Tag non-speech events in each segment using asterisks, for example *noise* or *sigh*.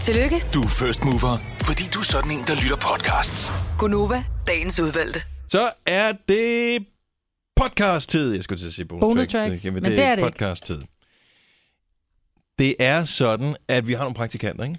Tillykke, Du er first mover, fordi du er sådan en, der lytter podcasts. Gunova, dagens udvalgte. Så er det podcast-tid. Jeg skulle til at sige bonus, Bonus tracks, tracks, ikke? men det er det ikke. podcast-tid. Det er sådan, at vi har nogle praktikanter, ikke?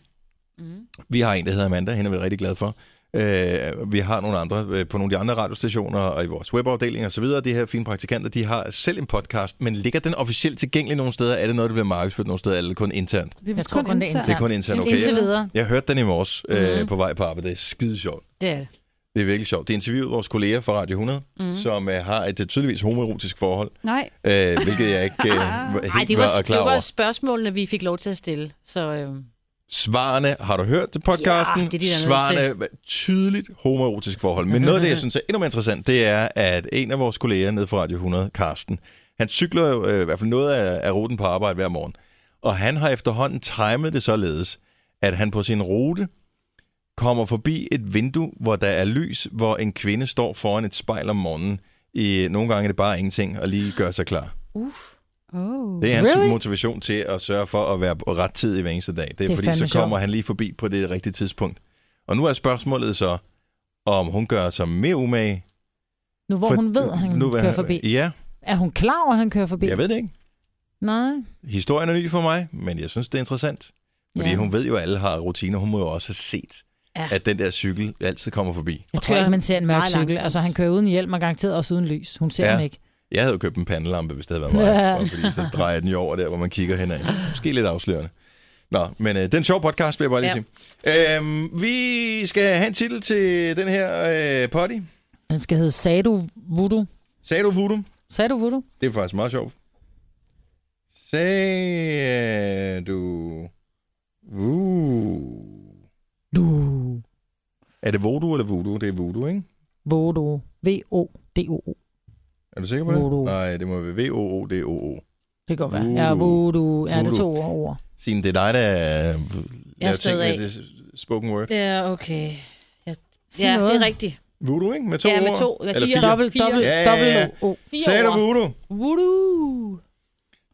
Mm. Vi har en, der hedder Amanda, hende er vi rigtig glade for. Øh, vi har nogle andre øh, på nogle af de andre radiostationer og i vores webafdeling og så videre. De her fine praktikanter, de har selv en podcast, men ligger den officielt tilgængelig nogle steder? Er det noget, der bliver markedsført nogle steder, eller er det kun internt? Det er Jeg vist tror kun kun, det er internt. Det er kun internt, okay. Indtil videre. Jeg hørte den i morges øh, Mhm. på vej på arbejde. Det er skide sjovt. Det er det. Det er virkelig sjovt. Det interviewede vores kolleger fra Radio 100, Mhm. mm. som uh, har et øh, tydeligvis homoerotisk forhold, Nej, øh, hvilket jeg ikke uh, helt *laughs* Nej, det var, var, var klar det var over. spørgsmålene, vi fik lov til at stille. Så øh, Svarene, har du hørt til podcasten? Ja, det er de, der er Svarene, var tydeligt homoerotisk forhold. Men noget af det, jeg synes er endnu mere interessant, det er, at en af vores kolleger nede fra Radio 100, Karsten, han cykler jo øh, i hvert fald noget af, af ruten på arbejde hver morgen. Og han har efterhånden timet det således, at han på sin rute kommer forbi et vindue, hvor der er lys, hvor en kvinde står foran et spejl om morgenen. I, nogle gange er det bare ingenting, og lige gør sig klar. oh. Det er hans really? Really? motivation til at sørge for at være rettidig hver eneste dag. Det er, det Det er er fordi, fandme så kommer sjovt. han lige forbi på det rigtige tidspunkt. Og nu er spørgsmålet så, om hun gør sig mere umage. nu hvor for- hun ved, at han nu nu, vil kører forbi. Ja, Er hun klar over, at han kører forbi? jeg ved det ikke. Nej. Historien er ny for mig, men jeg synes, det er interessant. Fordi ja. Ja. hun ved jo, at alle har rutiner. Hun må jo også have set, ja. Ja. at den der cykel altid kommer forbi. Jeg tror ikke, man ser en mørk meget cykel. langsomt. Altså, han kører uden hjelm og garanteret også uden lys. Hun ser Ja. ja. den ikke. Jeg havde jo købt en pandelampe, hvis det havde været mig. Ja. Bare Fordi så drejer jeg den jo over der, hvor man kigger henad. Måske lidt afslørende. Nå, men øh, den sjov podcast, vil jeg bare lige sige. Øhm, vi skal have en titel til den her øh, potty. Den skal hedde Sadu Voodoo. Sagde du voodoo? Sadu Voodoo? Det er faktisk meget sjovt. Sagde du... Uh. Du. Er det voodoo eller voodoo? Det er voodoo, ikke? Voodoo. V-O-D-O-O. Er du sikker på det? Voodoo. Nej, det må være V-O-O-D-O-O. Det kan godt være. Voodoo. Ja, voodoo. Ja, det er to ord. ord. Signe, det er dig, der... øh, laver stod ting med af. det Spoken word. Ja, okay. Ja, Sig ja noget. det er rigtigt. Voodoo, ikke? Med to ja, ord. med to. Ja, Eller fire. fire. Dobbelt, Fire. dobbelt, Ja, ja, dobbelt ja. O. Fire Sagde du ord. voodoo? Voodoo.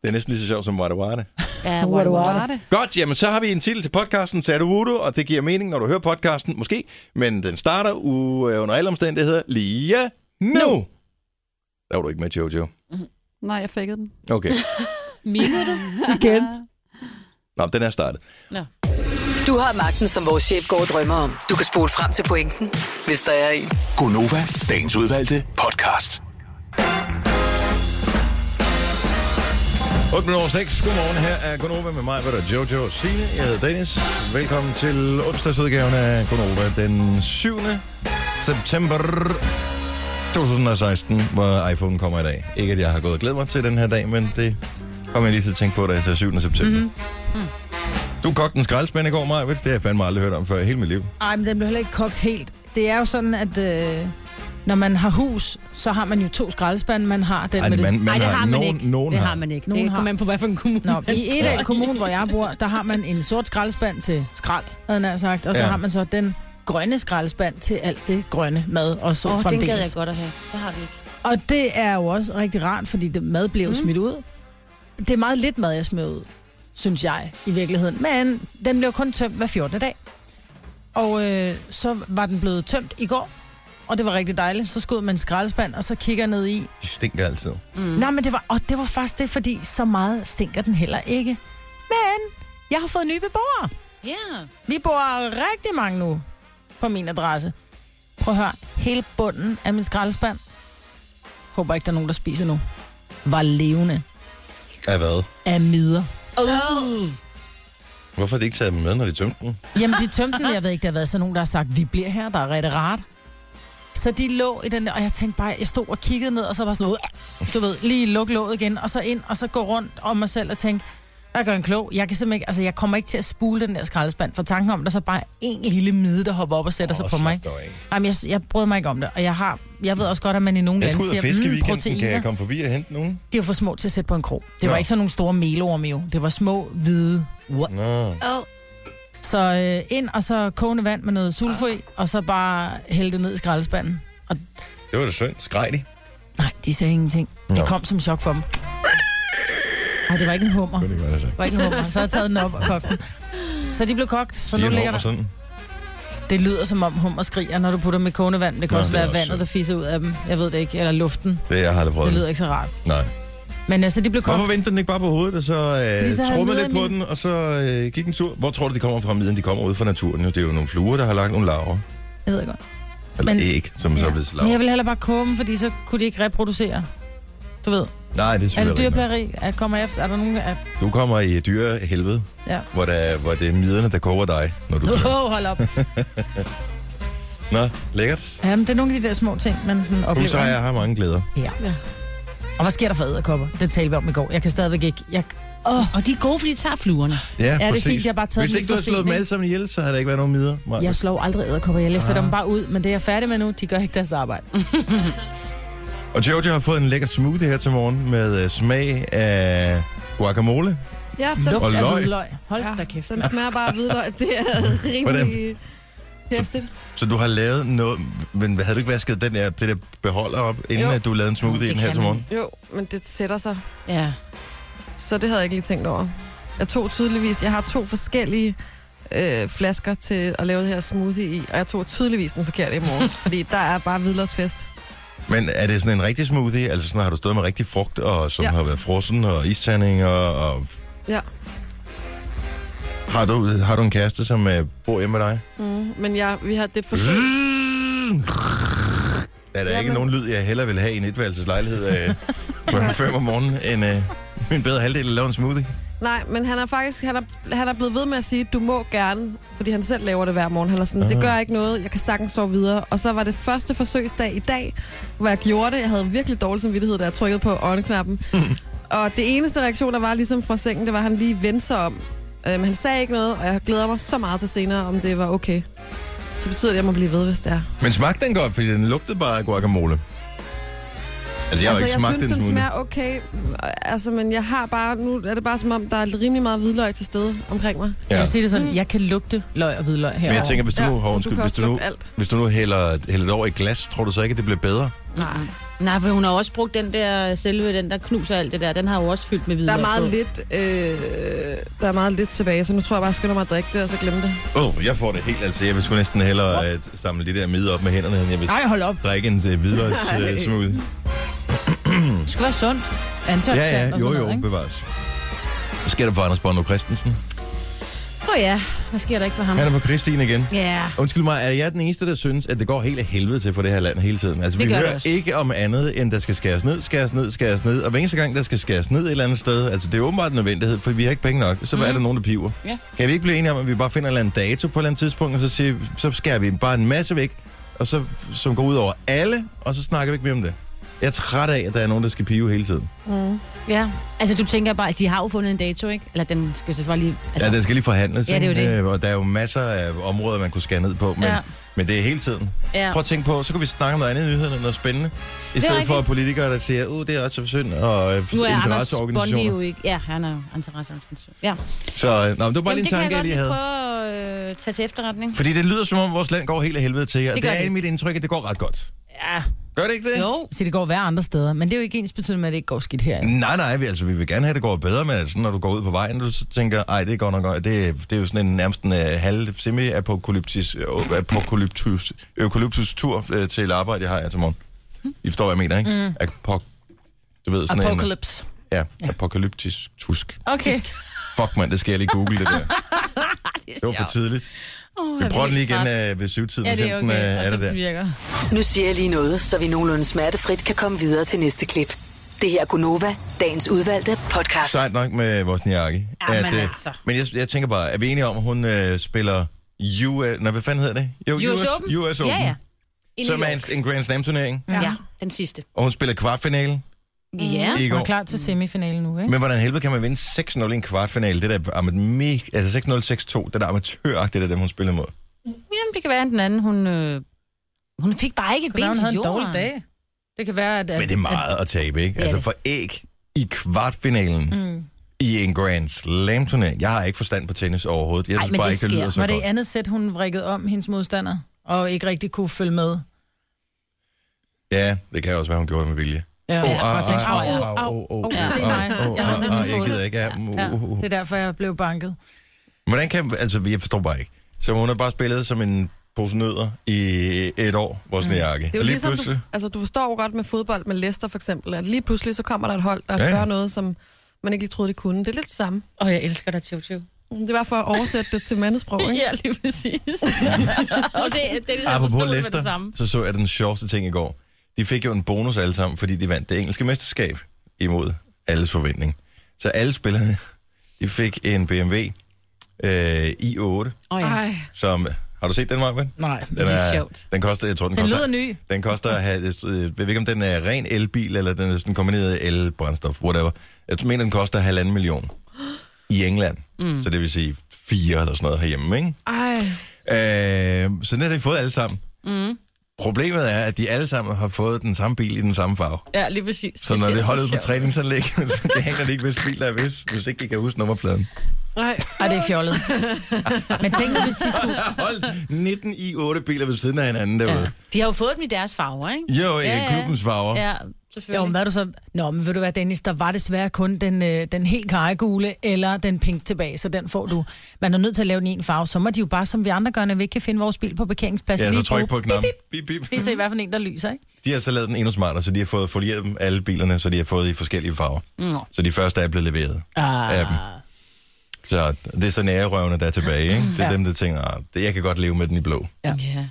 Det er næsten lige så sjovt som Wada Wada. Ja, Hvor er det hvor var det? Godt, jamen så har vi en titel til podcasten, Sagde du voodoo? Og det giver mening, når du hører podcasten, måske. Men den starter u- øh, under alle omstændigheder lige nu. nu. Der var du ikke med, Jojo. Nej, jeg fækkede den. Okay. Mine det? Igen. Nå, den er startet. Du har magten, som vores chef går og drømmer om. Du kan spole frem til pointen, hvis der er en. Gonova, dagens udvalgte podcast. 8 minutter over 6. Godmorgen. Her er Gunova med mig, hvad der er Jojo og Signe. Jeg hedder Dennis. Velkommen til onsdagsudgaven af Gunova den 7. september 2016, hvor iPhone kommer i dag. Ikke at jeg har gået og glædet mig til den her dag, men det kom jeg lige til at tænke på, da jeg sagde 7. september. Mm-hmm. Du kogte en skraldespand i går, Maja. Det har jeg fandme aldrig hørt om før i hele mit liv. Ej, men den blev heller ikke kogt helt. Det er jo sådan, at øh, når man har hus, så har man jo to skraldespande. Man har den Ej, med man, man det. Nej, det har, har man nogen, ikke. Nogen det har. har man ikke. Nogen det har. kommer an på, hvad for en kommune. Nå, i et af kommunen, hvor jeg bor, der har man en sort skraldespand til skrald, havde jeg nær sagt. Og så Ja. ja. har man så den grønne skraldespand til alt det grønne mad og så Åh, oh, oh, den gad jeg fremdeles. godt at have. Det har vi ikke. Og det er jo også rigtig rart, fordi det mad bliver jo mm. smidt ud. Det er meget lidt mad, jeg smider ud, synes jeg, i virkeligheden. Men den bliver kun tømt hver 14. dag. Og øh, så var den blevet tømt i går, og det var rigtig dejligt. Så skød man en skraldespand, og så kigger jeg ned i. De stinker altid. Mm. Nej, men det var, og det var faktisk det, fordi så meget stinker den heller ikke. Men jeg har fået nye beboere. Ja. Vi bor rigtig mange nu på min adresse. Prøv at høre, hele bunden af min skraldespand, håber ikke, der er nogen, der spiser nu, var levende Af hvad? af midder. Oh. Hvorfor har de ikke taget dem med, når de tømte den? Jamen, de tømte den, jeg ved ikke, der har været sådan nogen, der har sagt, vi bliver her, der er rigtig rart. Så de lå i den der, og jeg tænkte bare, jeg stod og kiggede ned, og så var sådan noget, du ved, lige luk låget igen, og så ind, og så gå rundt om mig selv og tænke, jeg gør en klog. Jeg, kan simpelthen ikke, altså, jeg kommer ikke til at spule den der skraldespand, for tanken om, der så bare er en lille mide, der hopper op og sætter oh, sig Åh, på mig. slap dog af. Jamen, jeg, jeg brød mig ikke om det, og jeg har, jeg ved også godt, at man i nogle Jeg skal lande ud og siger, fiske i mm, weekenden. Kan proteiner, jeg komme forbi og hente nogen? det er jo for små til at sætte på en krog. Det var Nå. ikke sådan nogle store melorme jo, det var små, hvide. What? Nå. Så øh, ind, og så kogende vand med noget sulfo i, og så bare hælde det ned i skraldespanden. Og Det var da synd. Skreg de? nej, de sagde ingenting. Det Nå. kom som chok for dem. Ej, det var ikke en hummer. Det det gør det så. var ikke en hummer. Så har jeg taget den op og kogt den. Så de blev kogt, så Siger nu en ligger hummer der... sådan. Det lyder som om hummer skriger, når du putter dem i kogende vand. Det kan Nå, også det er være også vandet, synd. der fisser ud af dem. Jeg ved det ikke. Eller luften. Det jeg har jeg aldrig prøvet. Det lyder ikke så rart. Nej. Men altså, de blev kogt. Hvorfor venter den ikke bare på hovedet, og så Fordi så øh, har jeg trummede møder lidt på i min- den, og så øh, gik en tur? Hvor tror du, de kommer fra miden? De kommer ud fra naturen. Jo. Det er jo nogle fluer, der har lagt nogle larver. Jeg ved det godt. Eller Men- Men... æg, som så er blevet til Men jeg larver. vil hellere bare koge dem, fordi så kunne de ikke reproducere. Du ved, Nej, det er er det selvfølgelig rigtigt nok. dyreplageri? Er, kommer efter? Er der nogen? Er, Du kommer i dyre helvede, ja. hvor, der, hvor det er miderne, der koger dig, når du dør. Oh, *laughs* hold op. Nå, lækkert. Jamen, det er nogle af de der små ting, man sådan oplever. Nu så har jeg har mange glæder. Ja. Og hvad sker der for æderkopper? Det talte vi om i går. Jeg kan stadigvæk ikke... Jeg... Oh, Og de er gode, fordi de tager fluerne. Ja, det er præcis. fint, jeg har bare taget Hvis den ikke du for havde slået sent, dem ikke? alle sammen ihjel, så havde der ikke været nogen midder. Maja. jeg slår aldrig æderkopper. Jeg sætter Ah. dem bare ud, men det er jeg færdig med nu. De gør ikke deres *laughs* arbejde. Og Jojo har fået en lækker smoothie her til morgen med øh, smag af guacamole. Ja, den, Luft Og af løg. hvidløg. Hold ja, da kæft. den smager bare af *laughs* hvidløg. Det er Hvordan? rimelig hæftigt. Så du har lavet noget, men havde du ikke vasket den der, det der beholder op, inden Jo. at du lavede en smoothie Det i den her kan til man morgen? Jo, men det sætter sig. Ja. Så det havde jeg ikke lige tænkt over. Jeg tog tydeligvis, jeg har to forskellige øh, flasker til at lave det her smoothie i, og jeg tog tydeligvis den forkerte i *laughs* morges, fordi der er bare hvidløgsfest. Men er det sådan en rigtig smoothie? Altså sådan har du stået med rigtig frugt, og som ja. Ja. har været frossen, og isterninger, og... Ja. Har du, har du en kæreste, som øh, bor hjemme med dig? Mm, men jeg, vi har det er et forsøg. Der er der Jamen. ikke nogen lyd, jeg hellere vil have i en etværelseslejlighed øh, klokken 5 om morgenen, end øh, min bedre halvdel at lave en smoothie. Nej, men han er faktisk han er, han er blevet ved med at sige, du må gerne, fordi han selv laver det hver morgen. Han er sådan, det gør ikke noget, jeg kan sagtens sove videre. Og så var det første forsøgsdag i dag, hvor jeg gjorde det. Jeg havde virkelig dårlig samvittighed, da jeg trykkede på *laughs* on-knappen. og det eneste reaktion, der var ligesom fra sengen, det var, at han lige vendte sig om. Øhm, han sagde ikke noget, og jeg glæder mig så meget til senere, om det var okay. Så betyder det, at jeg må blive ved, hvis det er. Men smagte den godt, fordi den lugtede bare af guacamole. Altså, jeg har altså, altså, ikke jeg smagt synes, den den smoothie. smager okay, altså, men jeg har bare, nu er det bare som om, der er rimelig meget hvidløg til stede omkring mig. Jeg Ja. vil sige det sådan, jeg kan lugte løg og hvidløg her. Mm. Men jeg tænker, hvis du, nu, men hov, du undskyld, kan hvis, også du nu, lugte alt. hvis du nu hælder, hælder det over i et glas, tror du så ikke, at det bliver bedre? Nej. Nej, for hun har også brugt den der, selve den, der knuser alt det der. Den har jo også fyldt med Der hvidløg er meget på. lidt, øh, der er meget lidt tilbage, så nu tror jeg bare, jeg skynder mig at drikke det, og så glemme det. Åh, oh, jeg får det helt, altså. Jeg vil sgu næsten hellere øh, samle de der midder op med hænderne, end jeg vil Nej, hold op. drikke en øh, hvidløgs *laughs* øh, smoothie. Det skal være sundt. Antøjsdag Ja, og ja, sådan jo, noget, jo, ikke? bevares. Hvad sker der for Anders Bondo Christensen? Åh oh, ja, hvad sker der ikke for ham? Han er på Kristin igen. Ja, Undskyld mig, er jeg den eneste, der synes, at det går helt af helvede til for det her land hele tiden? Altså, Det vi gør det hører også. ikke om andet, end der skal skæres ned, skæres ned, skæres ned. Og hver eneste gang, der skal skæres ned et eller andet sted, altså det er åbenbart en nødvendighed, for vi har ikke penge nok, så mm. er der nogen, der piver. Mhm. Ja. Kan vi ikke blive enige om, at vi bare finder en eller anden dato på et eller andet tidspunkt, og så, siger, vi- så skærer vi bare en masse væk, og så, som går ud over alle, og så snakker vi ikke mere om det. Jeg er træt af, at der er nogen, der skal pive hele tiden. ja. Altså, du tænker bare, at de har jo fundet en dato, ikke? Eller den skal selvfølgelig... Altså, Altså, ja, den skal lige forhandles, Ja, det er jo ikke? det. Øh, Og der er jo masser af områder, man kunne skære ned på, men, ja. Ja. men det er hele tiden. Ja. Prøv at tænke på, så kan vi snakke om noget andet i nyhederne, noget spændende. I stedet for rigtigt. politikere, der siger, uh, det er også synd, og øh, nu er Anders Bondi interesseorganisationer. jo ikke... Ja, han er jo interesseorganisation. Ja. Så øh, nå, men det var bare lige en det kan jeg tanke, jeg godt lige havde. prøve at øh, tage til efterretning. Fordi det lyder som om, vores land går helt af helvede til, og det, Det det gør er det. mit indtryk, at det går ret godt. Ja. Gør det ikke det? Jo. Så det går værre andre steder, men det er jo ikke ens betydende med, at det ikke går skidt her. Nej, nej, vi, altså, vi vil gerne have, at det går bedre, men altså, når du går ud på vejen, du så tænker, ej, det går nok godt. Det, det er jo sådan en nærmest en uh, halv semi-apokalyptisk øh, apokalyptus, økolyptus tur øh, til arbejde, jeg har her til morgen. I forstår, hvad jeg mener, ikke? Mm. Apok, du ved, sådan en, Apocalypse. ja, apokalyptisk tusk. Okay. Fuck, mand, det skal jeg lige google, *laughs* det der. det var for tidligt. Oh, Vi prøver den lige igen øh, ved syvtiden, Ja, det er selvom den, okay. øh, er der der. virker. Nu siger jeg lige noget, så vi nogenlunde smertefrit kan komme videre til næste klip. Det her er Gunova, dagens udvalgte podcast. Sejt nok med vores Niaki. Jamen øh, altså. Men jeg, jeg tænker bare, er vi enige om, at hun øh, spiller US... Nå, hvad fanden hedder det? Jo, US Open? US Open. Ja, ja. I Som New er York. en, en Grand Slam-turnering, Ja. ja, den sidste. og hun spiller kvartfinale Ja. i Og er går. klar til semifinalen nu, ikke? Men hvordan helvede kan man vinde 6-0 i en kvartfinale? Det der amat- me- altså 6-0, 6-2, det der amatøragtigt, det der, hun spiller mod. Jamen, det kan være, at den anden, hun... Øh, hun fik bare ikke et Kunne være, ben hun havde til en jorden. dårlig dag. Det kan være, at... at Men det er meget at tabe, ikke? er Altså det. for æg i kvartfinalen mm. i en Grand Slam-turnering. Jeg har ikke forstand på tennis overhovedet. Jeg Ej, synes men bare det ikke, det sker. lyder så Var godt. det i andet sæt, hun vrikkede om hendes modstander, og ikke rigtig kunne følge med? Ja, det kan også være, hun gjorde det med vilje. Ja, Åh, bare ah, tænkte, ah, au, ah, au, au, au, au, se au, mig, au, jeg har ah, ondt i min ah, Jeg fod. gider ikke. Ja, uh, uh, uh. Det er derfor, jeg blev banket. Hvordan kan, altså, jeg forstår bare ikke. Så hun har bare spillet som en pose nødder i et år, vores mm. jakke. Det er jo ligesom, du, altså, du forstår jo godt med fodbold med Leicester for eksempel, at lige pludselig så kommer der et hold, der Ja, ja, ja. gør noget, som man ikke lige troede, det kunne. Det er lidt det samme. Mm, Og jeg elsker dig, Tjo Tjo. Det var for at oversætte det til mandesprog, ikke? *laughs* Ja, lige præcis. og det, det, det er Apropos med det Leicester, samme. så så jeg den sjoveste ting i går. De fik jo en bonus alle sammen, fordi de vandt det engelske mesterskab imod alles forventning. Så alle spillerne, de fik en BMW øh, i8, Oh, ja. Ej, som... Har du set den, Marvind? Nej. Den Det er sjovt. Den koster, jeg tror, den, Den koster... lyder ny. Den koster, at have- øh, jeg ved ikke, om den er ren elbil, eller den er sådan kombineret elbrændstof, whatever. Jeg mener, den koster halvanden million i England. Mm. Så det vil sige fire eller sådan noget herhjemme, ikke? ej. Øh, så den har de fået alle sammen. Mm. Problemet er, at de alle sammen har fået den samme bil i den samme farve. Ja, lige præcis. Så når ser det holder ud på sjovt. træningsanlægget, *laughs* så det hænger det ikke, hvis bil der er hvis, hvis ikke de kan huske nummerpladen. Nej. Ej, det er fjollet. *laughs* Men tænk nu, hvis de skulle... Hold 19 i 8 biler ved siden af hinanden derude. De har jo fået dem i deres farver, ikke? Ja. Jo, i Ja, ja. klubbens farver. Ja, Jo, men selvfølgelig. hvad er du så... Nå, men ved du hvad, Dennis, der var desværre kun den, øh, den helt karregule eller den pink tilbage, så den får du. Man er nødt til at lave den i en farve, så må de jo bare, som vi andre gør, når vi ikke kan finde vores bil på parkeringspladsen. Ja, så lige tryk på bruge- knappen. Bip, bip. Lige se, hvad for en, der lyser, ikke? De har så lavet den endnu smartere, så de har fået folieret dem alle bilerne, så de har fået i forskellige farver. Mm. Så de første er blevet leveret Ah. af dem. Så det er så nærerøvende, der er tilbage. Ikke? Det er ja. Ja. dem, der tænker, "Ah, det- jeg kan godt leve med den i blå. Ja. ja.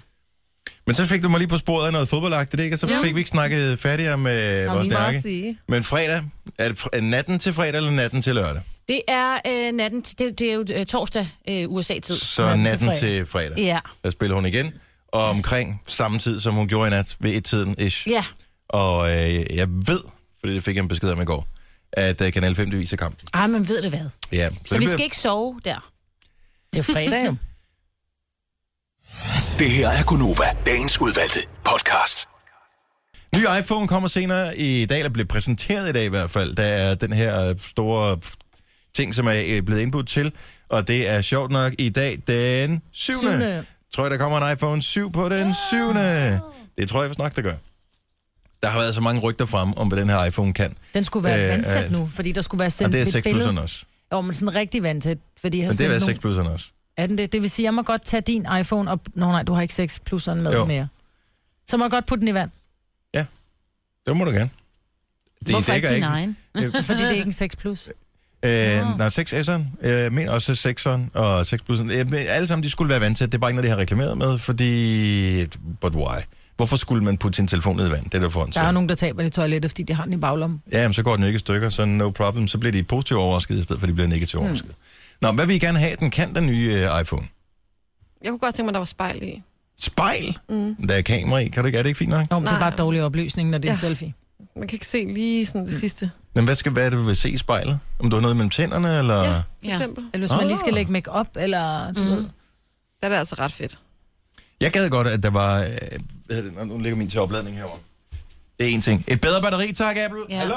Men så fik du mig lige på sporet af noget fodboldagtigt, ikke? Og så fik vi ikke snakket færdigere med vores meget at snakke. sige. Men fredag, er det fr- er natten til fredag eller natten til lørdag? Det er øh, natten, til- det, det er jo øh, torsdag øh, USA-tid. Så Natten til natten fredag. til fredag. Ja. Der spiller hun igen. Og omkring samme tid, som hun gjorde i nat, ved et-tiden ish. Ja, Og øh, jeg ved, fordi det fik jeg en besked om i går, at øh, Kanal 5 det viser kampen. Ej, men ved det hvad. Ja. Så vi skal ikke sove der. Det er fredag jo. Det her er Gonova, dagens udvalgte podcast. Ny iPhone kommer senere i dag, eller bliver præsenteret i dag i hvert fald. Der er den her øh, store f- ting, som er øh, blevet indbudt til. Og det er sjovt nok i dag den 7. øh, Syvende. Tror jeg, der kommer en iPhone 7 på den 7. Det tror jeg vist nok, der gør. Der har været så mange rygter frem om, hvad den her iPhone kan. *laughs* Den skulle være Øh, øh, vandtæt øh, nu, fordi der skulle være Og sendt det er et 6 billede. plusserne også. Jo, men sådan rigtig vandtæt. Fordi jeg har Men det sendt er 6 nogle- plusserne også. Er den det? Det vil sige, jeg må godt tage din iPhone op. Nå nej, du har ikke 6 plusseren med Jo. jo. mere. Så må jeg godt putte den i vand, Det må du gerne. De Hvorfor ikke dækker din egen? Øh, fordi det er ikke en 6 plus. Øh, nej, 6S'eren, øh, men også 6'eren og 6 plussen. Øh, men alle sammen, de skulle være vant til, det er bare ikke noget, de har reklameret med, fordi... But why? Hvorfor skulle man putte sin telefon ned i vand? Det er der foran. Der er jo nogen, der taber det i toilettet, fordi de har den i baglommen. Ja, men så går den jo ikke i stykker, så no problem. Så bliver de positivt overrasket, i stedet for at de bliver negativt overrasket. Nå, hvad vil I gerne have, den kan, den nye øh, iPhone? Jeg kunne godt tænke mig, der var spejl i. Spejl? Mm. Der er kamera i. Kan du ikke? Er det ikke fint nok? Nå, men det er Nej. bare dårlig opløsning, når det er ja. Ja. selfie. Man kan ikke se lige sådan det sidste, for Men hvad, skal, hvad er det, du vil se i spejlet? Om du har noget mellem tænderne, eller... Ja. Ja. eksempel. Eller hvis man lige skal Ah. lægge make op eller du mm. ved. Der er det altså ret fedt. Jeg gad godt, at der var... Øh, hvad hedder det? Nå, nu ligger min til opladning herovre. Det er en ting. Et bedre batteri, tak, Apple. Ja. Ja. Hallo?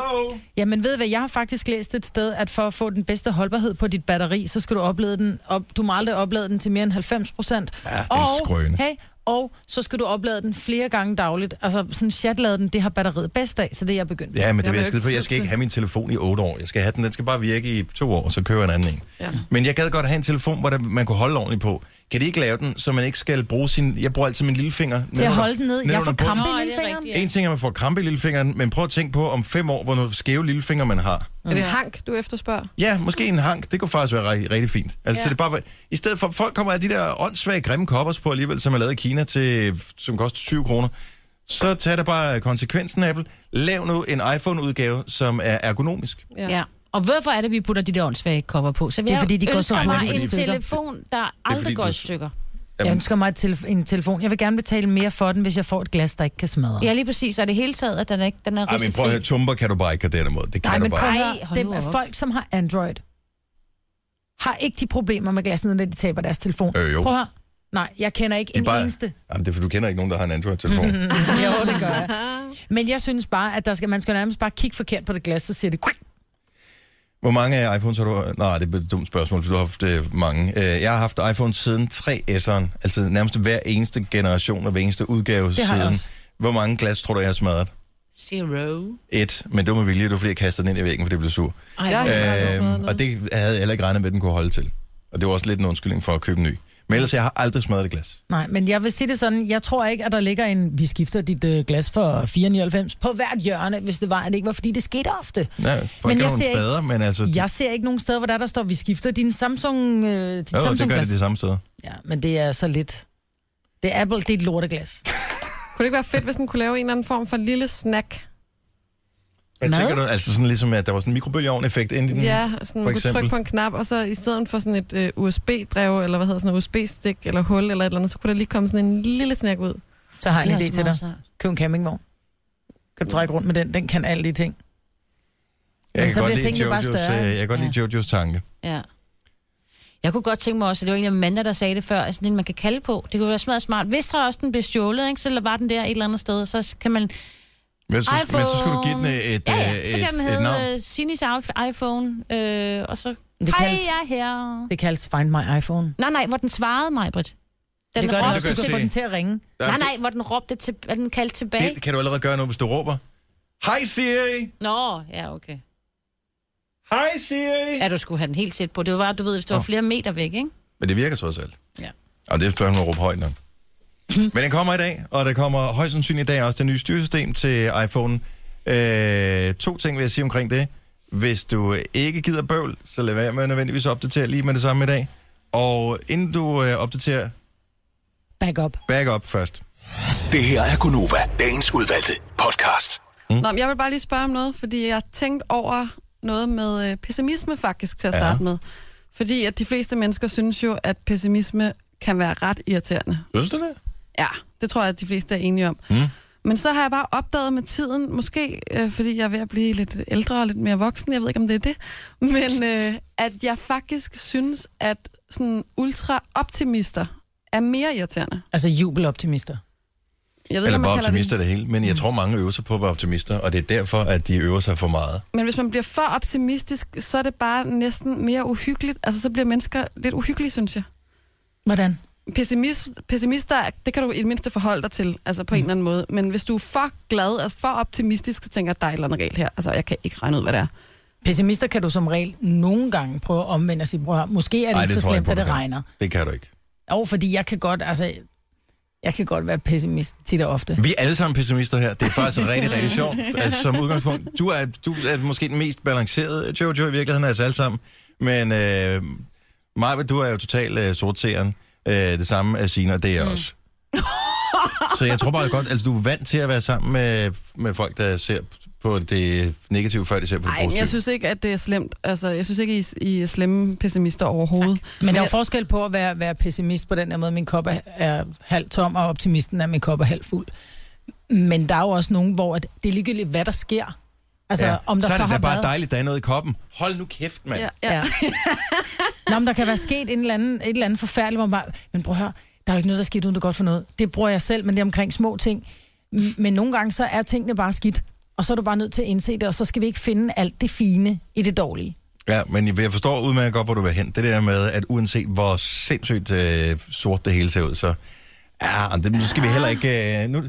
Jamen ved du hvad, jeg har faktisk læst et sted, at for at få den bedste holdbarhed på dit batteri, så skal du oplade den op, du må aldrig oplade den til mere end 90 procent. Ja, det er og, skrøne. hey, og så skal du oplade den flere gange dagligt. Altså sådan chatlade den, det har batteriet bedst af, så det er jeg begyndt. Ja, men det Jeg vil vil jeg ikke skide på. Jeg skal sidde ikke til- have min telefon i 8 år. Jeg skal have den. Den skal bare virke i to år, så kører jeg en anden en. Ja. Men jeg gad godt have en telefon, hvor der, man kunne holde ordentligt på. Kan de ikke lave den, så man ikke skal bruge sin... Jeg bruger altid min lillefinger. Til at holde den ned. Jeg får Nå, krampe i det er lillefingeren. rigtigt, ja. En ting er, at man får krampe i lillefingeren, men prøv at tænke på om fem år, hvor nogle skæve lillefinger man har. Er det hank, du efterspørger? Ja, måske en hank. Det kunne faktisk være rigtig, rigtig fint. Altså, ja. Ja. så det bare, var- I stedet for, folk kommer af de der åndssvage grimme koppers på alligevel, som er lavet i Kina, til, som koster 20 kroner. Så tag da bare konsekvensen, Apple. Lav nu en iPhone-udgave, som er ergonomisk. Ja. Ja. Og hvorfor er det, vi putter de der åndssvage kopper på? Så vi Det er, fordi de går så ønsker hurtigt mig i en stykker. telefon, der fordi, aldrig går du- i stykker. Jeg ønsker mig et telef- en telefon. Jeg vil gerne betale mere for den, hvis jeg får et glas, der ikke kan smadre. Ja, lige præcis. Og det hele taget, at den er, ikke, den er Ej, men prøv at høre, risikofri. tumper kan du bare ikke have den måde. Det kan Nej, du men bare. prøv ikke. at Ej, høre, hold nu dem, op. folk, som har Android, har ikke de problemer med glasene, når de taber deres telefon. Øh, jo. Prøv at høre. Nej, jeg kender ikke De en er bare- *laughs* eneste. Jamen, det er, for du kender ikke nogen, der har en *laughs* Android-telefon. Mm-hmm. jo, det gør jeg. Men jeg synes bare, at der skal, man skal nærmest bare kigge forkert på det glas, så siger det... "Kuk." Hvor mange af iPhones har du... Nej, det er et dumt spørgsmål, for du har haft øh, mange. Øh, Jeg har haft iPhone siden 3S'eren. Altså nærmest hver eneste generation og hver eneste udgave har jeg siden. også. Hvor mange glas tror du, jeg har smadret? Zero. Et, men det var med vilje, det var fordi, jeg kastede den ind i væggen, for det blev sur. Ej, Ja. ja. har aldrig smadret Øhm, noget. og det havde jeg heller ikke regnet med, at den kunne holde til. Og det var også lidt en undskyldning for at købe en ny. Men ellers, jeg har aldrig smadret et glas. Nej, men jeg vil sige det sådan, jeg tror ikke, at der ligger en, vi skifter dit øh, glas for 4,99 på hvert hjørne, hvis det var, at det ikke var, fordi det skete ofte. Nej, for Men men ikke jeg jeg nogle ser ikke- spader, men altså... Jeg ser ikke nogen steder, hvor der, der står, vi skifter din Samsung, øh, dit jo, Samsung det ligesom. gør glas. det de samme steder. Ja, men det er så lidt. Det er Apple, det er et lorteglas. Kunne det ikke være fedt, hvis den kunne lave en eller anden form for lille snack? Men Mad? tænker du, altså sådan ligesom, at der var sådan en mikrobølgeovn-effekt ind i den? Ja, sådan, for man kunne eksempel. trykke på en knap, og så i stedet for sådan et øh, USB-drev, eller hvad hedder sådan en USB-stik, eller hul, eller et eller andet, så kunne der lige komme sådan en lille snak ud. Så har jeg en Det er idé til dig. altså meget Køb en campingvogn. Kan du trække rundt med den? Den kan alle de ting. Jeg Men kan så godt bliver lide tingene bare Jojos, større, øh, ikke? jeg kan godt lide Jojos tanke. sejt. Ja. Jeg kunne godt tænke mig også, at det var en af Amanda, der sagde det før, at sådan en, man kan kalde på. Det kunne være smadret smart. Hvis der også den blev stjålet, ikke, så var den der et eller andet sted, så kan man... Men så, men så skulle du give den iPhone. et, Ja, øh, ja, så kan et, den et navn. hedde øh, Sinis iPhone, øh, og så... Det Hej, kaldes, jeg er her. det kaldes Find My iPhone. Nej, nej, hvor den svarede mig, Britt. Den Det gør det råbte- også, kan du jeg kan få se. den til at ringe. Nej, nej, hvor den råbte til, at den kaldte tilbage. Det kan du allerede gøre nu, hvis du råber. Hej Siri! Nå, ja, okay. Hej Siri! Ja, du skulle have den helt tæt på. Det var, du ved, hvis du var flere meter væk, ikke? Men det virker trods alt. Ja. Og det er et spørgsmål at råbe højt nok. Men den kommer i dag, og der kommer højst sandsynligt i dag også det nye styresystem til iPhone. Øh, to ting vil jeg sige omkring det. Hvis du ikke gider bøvl, så lad være med at nødvendigvis opdatere lige med det samme i dag. Og inden du øh, opdaterer, Back up. back up først. Det her er Gunova, dagens udvalgte podcast. Mm. Nå, men jeg vil bare lige spørge om noget, fordi jeg har tænkt over noget med øh, pessimisme faktisk til at Ja. starte med. Fordi at de fleste mennesker synes jo, at pessimisme kan være ret irriterende. Synes du det? Ja, det tror jeg, at de fleste er enige om. Mm. Men så har jeg bare opdaget med tiden, måske øh, fordi jeg er ved at blive lidt ældre og lidt mere voksen, jeg ved ikke, om det er det, *laughs* men øh, at jeg faktisk synes, at sådan ultra-optimister er mere irriterende. Altså jubeloptimister. Jeg ved, Eller ikke, bare om man kalder optimister af det hele. Men jeg tror, mange øver sig på at være optimister, og det er derfor, at de øver sig for meget. Men hvis man bliver for optimistisk, så er det bare næsten mere uhyggeligt. Altså, så bliver mennesker lidt uhyggelige, synes jeg. Hvordan? Pessimist, pessimister, det kan du i det mindste forholde dig til, altså Mm. på en eller anden måde. Men hvis du er for glad og for optimistisk, så tænker jeg, at der er et eller andet galt her. Altså, jeg kan ikke regne ud, hvad det er. Pessimister kan du som regel nogle gange prøve at omvende og sige, prøv at høre, måske er det Ej, Ej, ikke det så tror jeg slemt, ikke at på, det du kan. regner. Det kan du ikke. Og fordi jeg kan godt, altså, jeg kan godt være pessimist tit og ofte. Vi er alle sammen pessimister her. Det er faktisk rigtig, rigtig sjovt. Altså, som udgangspunkt, du er, du er måske den mest balancerede Jojo i virkeligheden af os alle sammen. Men øh, Maja, du er jo totalt øh, sorteren. Øh, det samme er Sina, og det er jeg mm. også. Så jeg tror bare godt, altså du er vant til at være sammen med, med folk, der ser på det negative, før de ser på det Nej, positive. jeg synes ikke, at det er slemt. Altså, jeg synes ikke, I, I er slemme pessimister overhovedet. Tak. Men der er jo forskel på at være, være pessimist på den der måde, min kop er, er halvt tom, og optimisten er, min kop er halvt fuld. Men der er jo også nogen, hvor at det er ligegyldigt, hvad der sker. Altså, ja. om der så, så er det har da bare været... dejligt, der er noget i koppen. Hold nu kæft, mand. Ja, Ja. ja. *laughs* Ja. Nå, men der kan være sket en eller anden, et eller andet forfærdeligt, hvor man bare, men prøv at høre, der er jo ikke noget, der er sket uden det er godt for noget. Det bruger jeg selv, men det er omkring små ting. M- Men nogle gange, så er tingene bare skidt, og så er du bare nødt til at indse det, og så skal vi ikke finde alt det fine i det dårlige. Ja, men jeg forstår udmærket godt, hvor du vil hen. Det der med, at uanset hvor sindssygt øh, sort det hele ser ud, så... Ja, men det, nu skal vi heller ikke... Øh, nu,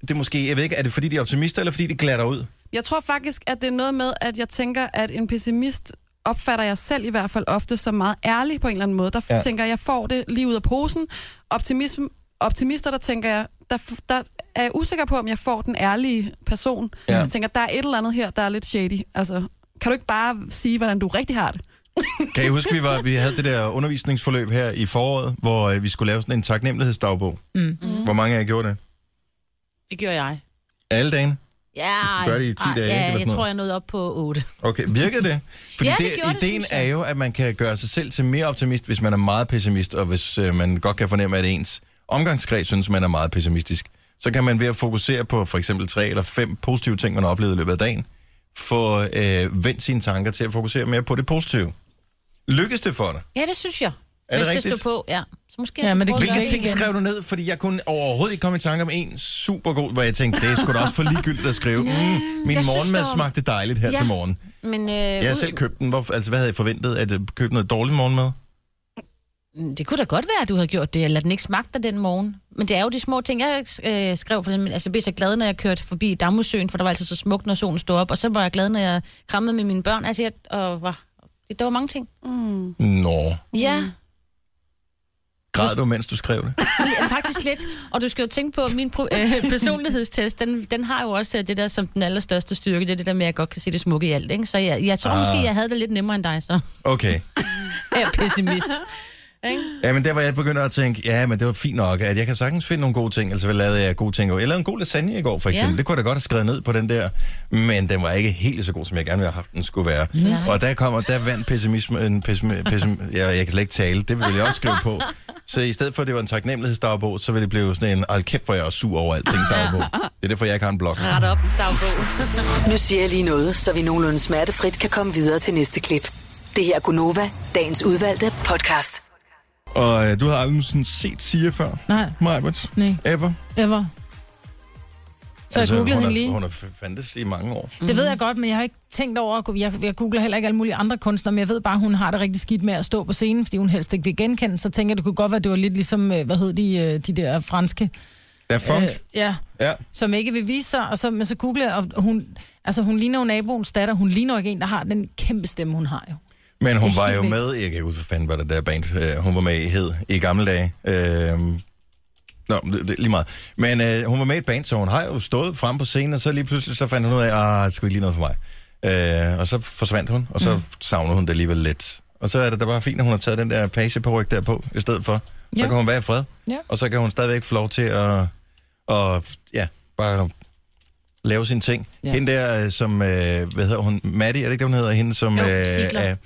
det er måske, jeg ved ikke, er det fordi, de er optimister, eller fordi de glatter ud? Jeg tror faktisk, at det er noget med, at jeg tænker, at en pessimist opfatter jeg selv i hvert fald ofte som meget ærlig på en eller anden måde. Der Ja. ja. tænker jeg, jeg får det lige ud af posen. Optimism, optimister, der tænker jeg, der, f- der er jeg usikker på, om jeg får den ærlige person. Ja. Ja. Jeg tænker, der er et eller andet her, der er lidt shady. Altså, kan du ikke bare sige, hvordan du rigtig har det? Kan I huske, vi, var, vi havde det der undervisningsforløb her i foråret, hvor øh, vi skulle lave sådan en taknemmelighedsdagbog? Mm. Hvor mange af jer gjorde det? Det gjorde jeg. Alle dagen? Ja, gøre det i 10 ej, dage, ikke, eller ja, sådan jeg noget. tror, jeg nåede op på 8. Okay, virkede det? Fordi Ja, det det, gjorde det, ideen synes jeg. er jo, at man kan gøre sig selv til mere optimist, hvis man er meget pessimist, og hvis øh, man godt kan fornemme, at ens omgangskreds synes, man er meget pessimistisk. Så kan man ved at fokusere på for eksempel tre eller fem positive ting, man har oplevet i løbet af dagen, få øh, vendt sine tanker til at fokusere mere på det positive. Lykkes det for dig? Ja, det synes jeg. Er det Hvis rigtigt? stod på, ja. Så måske Ja, jeg men skulle det prøve gik at Hvilke gøre ting ikke igen. skrev du ned? Fordi jeg kunne overhovedet ikke komme i tanke om en super god, hvor jeg tænkte, det er sgu da også for ligegyldigt at *laughs* skrive. Mm, min synes, morgenmad der var- smagte dejligt her Ja. til morgen. det. Men, øh, Jeg har ud- selv købt den. Hvorfor, altså, hvad havde jeg forventet? At øh, købe noget dårlig morgenmad? Mm, Det kunne da godt være, at du havde gjort det, eller den ikke smagte dig den morgen. Men det er jo de små ting, jeg øh, skrev. For, eksempel, altså, jeg blev så glad, når jeg kørte forbi Damhusøen, for der var altid så smukt, når solen stod op. Og så var jeg glad, når jeg krammede med mine børn altså, jeg, og var Der var mange ting. Mm. Nå. Ja. Græd du, mens du skrev det? Ja, faktisk lidt. Og du skal jo tænke på, at min pro- øh, personlighedstest, den, den har jo også øh, det der som den allerstørste styrke, det er det der med, at jeg godt kan se det smukke i alt. Ikke? Så jeg, jeg tror Ah. ah. måske, jeg havde det lidt nemmere end dig, så Okay. *laughs* jeg er pessimist. Ikke? Ja, men der var jeg begynder at tænke, ja, men det var fint nok, at jeg kan sagtens finde nogle gode ting, altså hvad lavede jeg gode ting? Jeg lavede en god lasagne i går, for eksempel. Ja. Ja. Det kunne jeg da godt have skrevet ned på den der, men den var ikke helt så god, som jeg gerne ville have haft, den skulle være. Nej. Og der kommer, der vandt pessimismen, pessimisme, pessimisme, jeg, jeg kan slet ikke tale, det ville jeg også skrive på. Så i stedet for, at det var en taknemmelighedsdagbog, så ville det blive sådan en, al kæft, hvor jeg er sur over alting dagbog. Det er derfor, jeg ikke har en blog. Ret op, dagbog. Nu siger jeg lige noget, så vi nogenlunde smertefrit kan komme videre til næste klip. Det her er Gunova, dagens udvalgte podcast. Og øh, du har aldrig sådan set Sia før, Nej, Majbert? nej, Ever? ever. Så altså, jeg googlede hun hende har- lige. Hun har fandtes i mange år. Det ved jeg godt, men jeg har ikke tænkt over, at gu- jeg, jeg googler heller ikke alle mulige andre kunstnere, men jeg ved bare, at hun har det rigtig skidt med at stå på scenen, fordi hun helst ikke vil genkendes. Så tænker jeg, det kunne godt være, at det var lidt ligesom, øh, hvad hed de, øh, de der franske? Der er funk. Øh, ja, Ja. som ikke vil vise sig, og så, men så googler jeg, og hun, altså hun ligner jo naboens datter, hun ligner jo ikke en, der har den kæmpe stemme, hun har jo. Men hun Det er var helt *laughs* jo vildt. med, jeg kan ikke huske, hvad fanden var det der band, øh, hun var med i, hed i gamle dage. Øh, nå, det, det, er lige meget. Men øh, hun var med i et band, så hun har jo stået frem på scenen, og så lige pludselig så fandt hun ud af, ah, det skulle ikke lige noget for mig. Øh, og så forsvandt hun, og så mm. savnede hun det alligevel lidt. Og så er det da bare fint, at hun har taget den der page på ryg derpå, i stedet for. Så Ja. kan hun være i fred, Ja. og så kan hun stadigvæk få lov til at, og, ja, bare lave sine ting. Ja. Ja. Hende der, øh, som, øh, hvad hedder hun, Maddie, er det ikke det, hun hedder? Hende, som Jo, øh, Ziegler. er,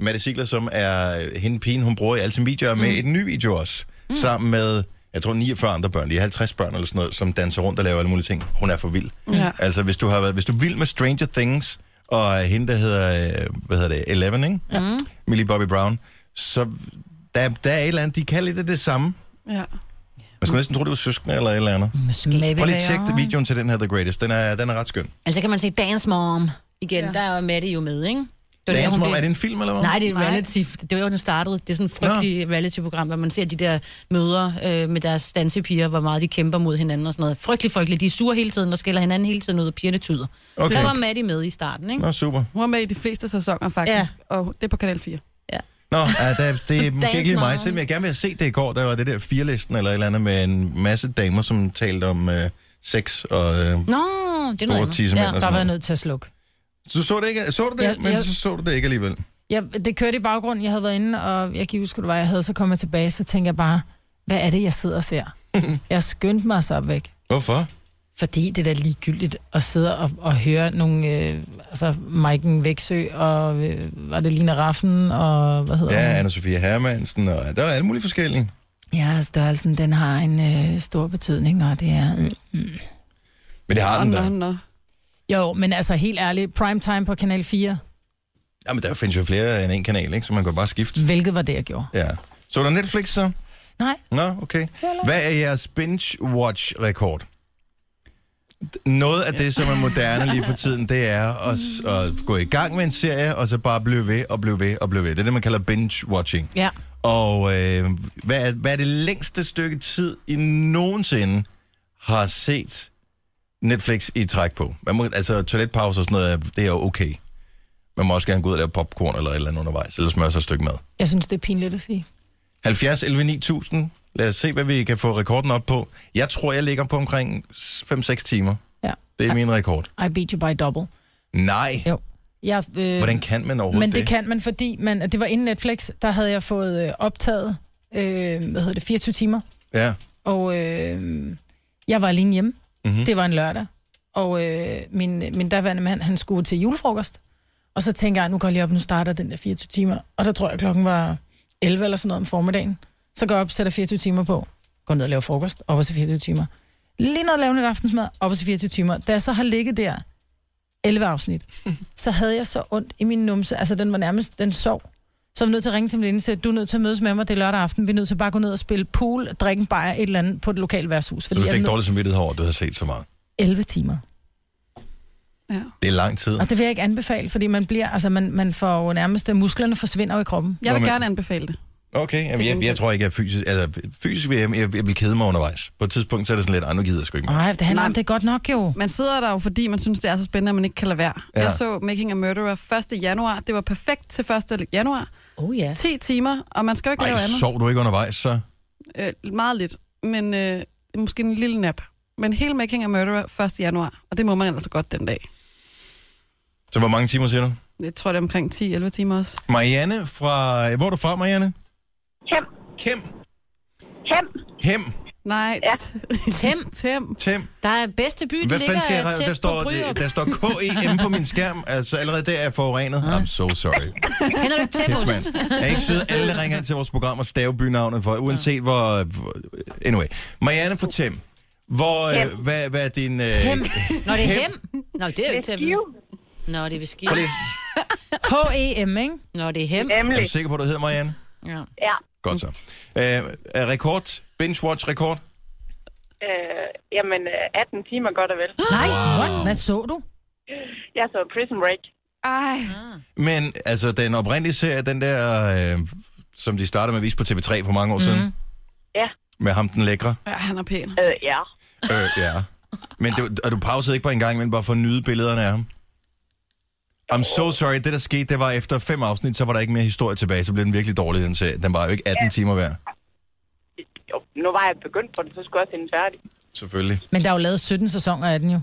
Maddie Ziegler, som er øh, hende pigen, hun bruger i alle sine videoer, med et ny video også, mm. sammen med, jeg tror, 49 andre børn, de er 50 børn eller sådan noget, som danser rundt og laver alle mulige ting. Hun er for vild. Ja. Altså, hvis du har været, hvis du er vild med Stranger Things, og hende, der hedder, øh, hvad hedder det, Eleven, ikke? Mm. Millie Bobby Brown, så der, der er et eller andet, de kan lidt af det samme. Ja. Man skulle næsten tro, det var søskende eller et eller andet. Måske. Prøv lige at tjekke videoen til den her The Greatest. Den er, den er ret skøn. Altså kan man se Dance Mom igen, Ja. ja. der er Mette jo med, ikke? Det var der, Dance hun Mom, blev- er det en film, eller hvad? Nej, det er Nej. reality. Det var jo, den startede. Det er sådan et frygteligt reality-program, hvor man ser de der mødre øh, med deres dansepiger, hvor meget de kæmper mod hinanden og sådan noget. Frygtelig, frygtelig. De er sure hele tiden og skiller hinanden hele tiden ud, og pigerne tyder. Okay. Okay. Der var Maddie med i starten, ikke? Nå, super. Hun er med i de fleste sæsoner, faktisk. Ja. Og det er på Kanal 4. Nå, ja, der, det er måske Dance ikke lige mig, Mom. selvom jeg gerne ville have set det i går. Der var det der firelisten eller et eller andet med en masse damer, som talte om øh, sex og... Øh, Nå, det er Store noget andet. tissemænd og Der var jeg noget. nødt til at slukke. så så det ikke, så du det, Jeg- men jeg- så så du det ikke alligevel. Ja, det kørte i baggrunden, jeg havde været inde, og jeg kan ikke huske, hvad det var, jeg havde, så kom jeg tilbage, så tænkte jeg bare, hvad er det, jeg sidder og ser? jeg skyndte mig så væk. Hvorfor? Fordi det er da ligegyldigt at sidde og, og høre nogle, øh, altså Maiken Væksø og, øh, var det Lina Raffen og, hvad hedder Ja, hun? anna Sofia Hermansen, og der er alle mulige forskellige. Ja, størrelsen, den har en øh, stor betydning, og det er... Mm. Men det har den der. nå. Jo, men altså helt ærligt, primetime på Kanal 4, Jamen, der findes jo flere end en kanal, ikke? så man kan bare skifte. hvilket var det, jeg gjorde? Ja. Så er der Netflix så? Nej. Nå, okay. Hvad er jeres binge-watch-rekord? Noget af det, som er moderne lige for tiden, det er at, s- at gå i gang med en serie, og så bare blive ved og blive ved og blive ved. Det er det, man kalder binge-watching. Ja. Og øh, hvad, er, hvad er det længste stykke tid, I nogensinde har set Netflix i træk på? Man må, altså toiletpause og sådan noget, er- det er jo okay. Man må også gerne gå ud og lave popcorn eller et eller andet undervejs, eller smøre sig et stykke mad. Jeg synes, det er pinligt at sige. 70 11 9000. Lad os se, hvad vi kan få rekorden op på. Jeg tror, jeg ligger på omkring 5-6 timer. Ja. Det er min rekord. I beat you by double. Nej. Jo. Jeg, øh, Hvordan kan man overhovedet Men det kan man, fordi man, og det var inden Netflix, der havde jeg fået øh, optaget, øh, hvad hedder det, 24 timer, Ja. og øh, jeg var alene hjemme. Mm-hmm. Det var en lørdag, og øh, min, min daværende mand, han skulle til julefrokost, og så tænker jeg, nu går jeg lige op, nu starter den der 24 timer, og der tror jeg, klokken var 11 eller sådan noget om formiddagen. Så går jeg op, sætter 24 timer på, går ned og laver frokost, op og til 24 timer. Lige noget lavende et aftensmad, op og til 24 timer. Da jeg så har ligget der *laughs* 11 afsnit, så havde jeg så ondt i min numse, altså den var nærmest, den sov. Så var vi nødt til at ringe til min veninde og sige, du er nødt til at mødes med mig, det er lørdag aften, vi er nødt til at bare gå ned og spille pool, drikke en bajer, et eller andet på et lokalt værtshus. Så du jeg fik nåede dårlig samvittighed over, at du havde set så meget. 11 timer. Ja. Det er lang tid. Og det vil jeg ikke anbefale, fordi man bliver, altså man, man får jo nærmest, øh, musklerne forsvinder jo i kroppen. Jeg vil Nå, men- gerne anbefale det. Okay, jamen, jeg, jeg, tror ikke, jeg er fysisk... Altså, fysisk vil jeg, jeg, jeg vil kede mig undervejs. På et tidspunkt, så er det sådan lidt, "Ej, nu gider jeg sgu ikke mere. Nej, det handler Nej. om, det er godt nok jo. Man sidder der jo, fordi man synes, det er så spændende, at man ikke kan lade være. Ja. Ja. Jeg så Making a Murderer 1. januar. Det var perfekt til 1. januar. Oh ja. 10 timer, og man skal jo ikke lave Ej, andet. sov du ikke undervejs, så? Øh, meget lidt, men øh, måske en lille nap. Men hele Making a Murderer 1. januar, og det må man altså godt den dag. Så hvor mange timer siger du? Jeg tror, det er omkring 10-11 timer også. Marianne fra... Hvor er du fra, Marianne? Tem. Kem. Tem. Hem. Nej. Ja. *laughs* Tem. Tem. Tem. Der er bedste by, Hvad der fanden skal ligger øh, jeg... tæt Der står, på Bryrup. det, der står KEM på min skærm. *laughs* Altså, allerede der er jeg forurenet. I'm so sorry. Kender du ikke Kæft, Tempost? mand. Jeg er ikke sød. Alle der ringer ind til vores program og stave bynavnet for, uanset hvor... hvor- Anyway. Marianne fra Tem. Hvor, Hem. øh, hvad, hvad er din... Øh, Hem. Nå, det er Hem. hem. Nå, det er jo Det ikke til er at Skive, vide. Nå, det er ved skive. Er H-E-M, E ikke? Nå, det er hem. nemlig. du sikker på, at du hedder Marianne? Ja. Ja. Godt så. Øh, er rekord? Binge-watch-rekord? Øh, jamen, øh, 18 timer godt og vel. Nej, what? Hvad så du? Jeg så Prison Break. Ej, Men altså, den oprindelige serie, den der, øh, som de startede med at vise på TV3 for mange år mm. siden, Mhm. Ja. med ham den lækre. ja, han er pæn. Øh, ja. Øh, ja. Men du, og du pausede ikke på en gang, men bare for at nyde billederne af ham. I'm so sorry, det der skete, det var efter fem afsnit, så var der ikke mere historie tilbage, så blev den virkelig dårlig, den serie. Den var jo ikke 18 ja. timer hver, Jo, nu var jeg begyndt på det, så skulle jeg også hende færdig. selvfølgelig. Men der er jo lavet 17 sæsoner af den jo.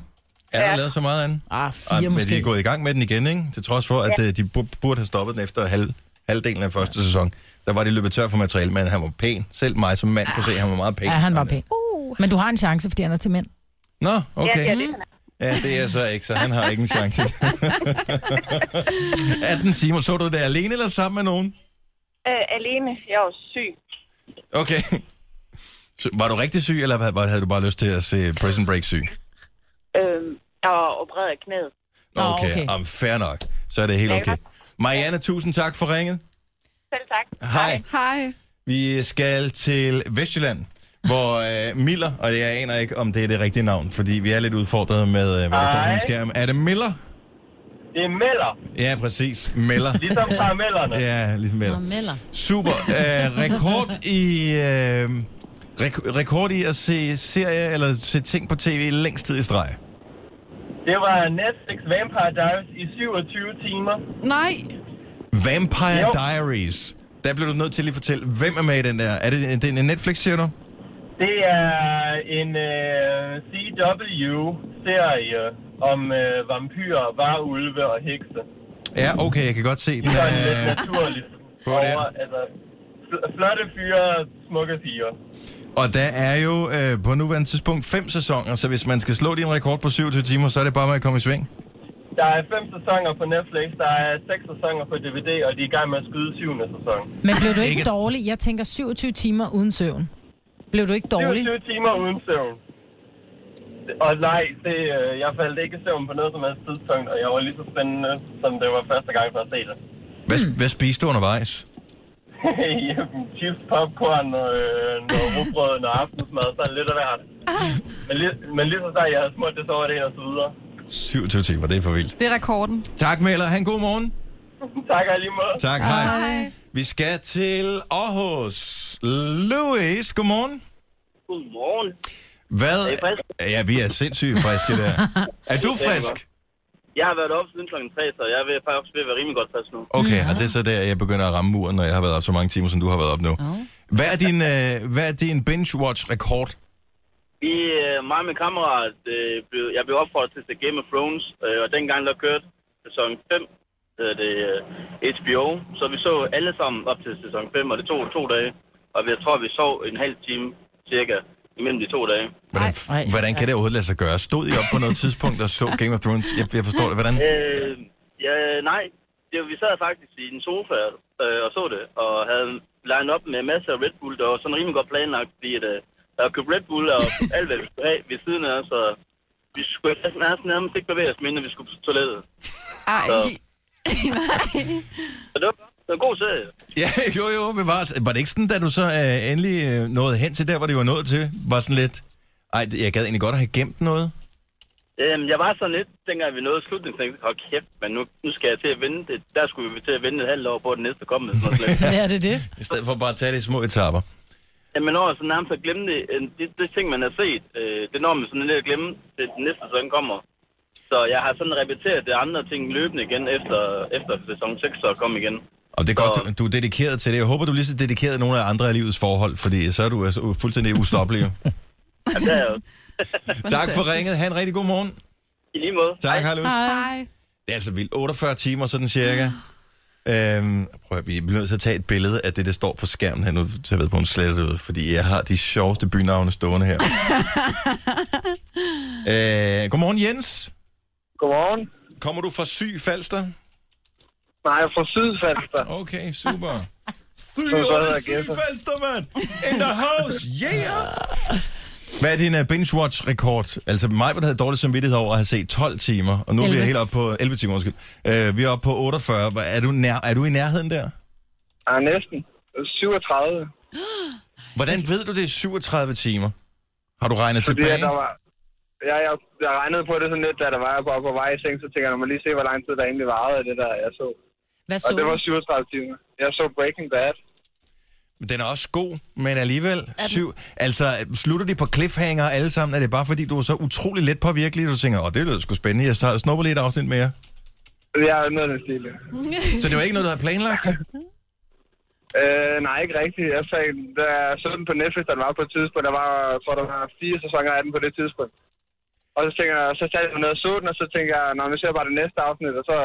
Er der lavet så meget andet? Ah, Ej, fire men de er måske. gået i gang med den igen, ikke? Til trods for, at ja. de bur- burde have stoppet den efter halv, halvdelen af første sæson. Der var det løbet tør for materiale, men han var pæn. Selv mig som mand kunne se, at han var meget pæn. Ja, han var pæn. Men du har en chance, fordi han er til mænd. Nå, Ja, okay. Mhm. det er det, han er. Ja, det er jeg så ikke, så han har ikke en chance. *laughs* 18 timer. Så du det alene eller sammen med nogen? Øh, alene. Jeg var syg. Okay. Så var du rigtig syg, eller hvad- havde du bare lyst til at se Prison Break syg? Øh, jeg var opereret af knæet. Nå, Nå, okay. okay. Jamen, fair nok. Så er det helt okay. Marianne, tusind tak for ringet. Selv tak. Hej. Hej. Vi skal til Vestjylland, hvor øh, Miller, og jeg aner ikke, om det er det rigtige navn, fordi vi er lidt udfordret med, øh, hvad der står på Hej. min skærm. Er det Miller? Det er Meller, Ja, præcis. Miller. *laughs* ligesom karamellerne. Ja, ligesom Nå, Miller. melder. Super. Øh, rekord i... Øh, rek- rekord i at se serier eller se ting på tv længst tid i streg. Det var Netflix Vampire Diaries i 27 timer. Nej, Vampire Jo. Diaries. Der blev du nødt til at lige fortælle, hvem er med i den der? Er det, er det en Netflix-serie nu? Det er en øh, CW-serie om øh, vampyrer, varulve og hekse. Ja, okay, jeg kan godt se den. Det er sådan lidt Øh, naturligt. hvor er det? Over, altså, fl- flotte fyre, smukke piger. og der er jo øh, på nuværende tidspunkt fem sæsoner, så hvis man skal slå din rekord på 27 timer, så er det bare med at komme i sving. Der er fem sæsoner på Netflix, der er seks sæsoner på DVD, og de er i gang med at skyde syvende sæson. Men blev du Ikke- ikke dårlig? Jeg tænker 27 timer uden søvn. Blev du ikke dårlig? 27 timer uden søvn. Og nej, det, øh, jeg faldt ikke i søvn på noget som helst tidspunkt, og jeg var lige så spændende, som det var første gang, jeg se det. *laughs* Hvad, Hmm. hvad spiste du undervejs? Jamen, øh, chips, popcorn og øh, noget rugbrød og noget aftensmad, sådan lidt af hvert. Men, lige, men lige så snart jeg havde smurt det, så var det en og så videre. 27 timer, det er for vildt. det er rekorden. Tak, Miller. Ha' en god morgen. tak og i lige måde. Tak, hej. hej. Vi skal til Aarhus. Louis, godmorgen. Godmorgen. Hvad? Er I friske? Ja, vi er sindssygt friske *laughs* der. Er du frisk? Jeg har været op siden klokken 3, så jeg vil faktisk ved at være rimelig godt frisk nu. Okay, og det er så der, jeg begynder at ramme muren, når jeg har været op så mange timer, som du har været op nu. Hvad er din, øh, hvad er din binge-watch-rekord? Vi, øh, mig og min kammerat, øh, blev, jeg blev opfordret til at se Game of Thrones, øh, og dengang der kørte sæson 5, hedder det øh, HBO, så vi så alle sammen op til sæson 5, og det tog to dage, og jeg tror, vi sov en halv time cirka imellem de to dage. Hvordan, Ej, ej, hvordan kan det overhovedet lade sig gøre? Stod I op på noget tidspunkt og så Game of Thrones? Jeg, jeg forstår det. Hvordan? Øh, ja, nej, det, var- vi sad faktisk i en sofa øh, og så det, og havde line op med masser af Red Bull, der var sådan rimelig godt planlagt, fordi at, øh, der var købt Red Bull og alt, hvad vi skulle have ved siden af os, og vi skulle næsten, næsten nærmest ikke bevæge os, mindre vi skulle på toilettet. Ej, *laughs* Så- Så det var, det var en god serie. Ja, jo, jo, bevares. Var det ikke sådan, da du så øh, endelig øh, nåede hen til der, hvor det var nået til? Var sådan lidt... Ej, jeg gad egentlig godt at have gemt noget. Øhm, jeg var sådan lidt, dengang vi nåede slutningen, tænkte jeg, hold kæft, men nu, nu skal jeg til at vinde det. Der skulle vi til at vinde et halvt år på, at den næste kom. Med, sådan noget. Ja, det er det. I stedet for bare at tage det i små etapper. Jamen over, så nærmest at glemme det. Øh, Det, det ting, man har set, øh, det når man sådan lidt at glemme, til den næste sæson kommer. Så jeg har sådan repeteret det andre ting løbende igen, efter, efter sæson 6 så kom igen. Og det er godt, du, du er dedikeret til det. Jeg håber, du er lige så dedikeret nogle af andre af livets forhold, fordi så er du altså fuldstændig *laughs* ustoppelig. jo. Jamen, der er jo tak for ringet. Ha' en rigtig god morgen. i lige måde. Tak, Harlus. Hej. Det er altså vildt. 48 timer, sådan cirka. Øhm, prøv at vi bliver nødt til at tage et billede af det, der står på skærmen her nu. Så jeg ved på en slet ud, fordi jeg har de sjoveste bynavne stående her. øh, godmorgen, Jens. Godmorgen. Kommer du fra Sy Falster? Nej, jeg er fra Sydfalster. Okay, *laughs* super. Sy var der under Sy gæster. Falster, mand! In the house, yeah! Hvad er din uh, binge-watch-rekord? Altså mig, der havde dårlig samvittighed over at have set 12 timer, og nu 11. er vi 11. helt oppe på 11 timer, undskyld. Uh, vi er oppe på 48. Hvor- Er du, nær, er du i nærheden der? Ja, næsten. 37. Hvordan ved du, det er 37 timer? Har du regnet Fordi at tilbage? der var... Ja, jeg, jeg regnede på det sådan lidt, da der var jeg bare på vej i seng, så tænker jeg, "Nå, må lige se, hvor lang tid der egentlig varede af det der, jeg så. Hvad Og så? det var du? 37 timer. Jeg så Breaking Bad. Den er også god, men alligevel syv. Altså, slutter de på cliffhanger alle sammen? Er det bare fordi, du er så utrolig let påvirkelig, at du tænker, åh, det lyder sgu spændende, jeg så- snupper lige et afsnit mere. Jeg er noget af den stil. Så det var ikke noget, du havde planlagt? Øh, nej, ikke rigtigt. Jeg sagde, da jeg så den på Netflix, der var på et tidspunkt, der var, jeg tror, der var fire sæsoner af den på det tidspunkt. Og så tænker jeg, så satte jeg mig ned og så den, og så tænker jeg, når vi ser jeg bare det næste afsnit, og så,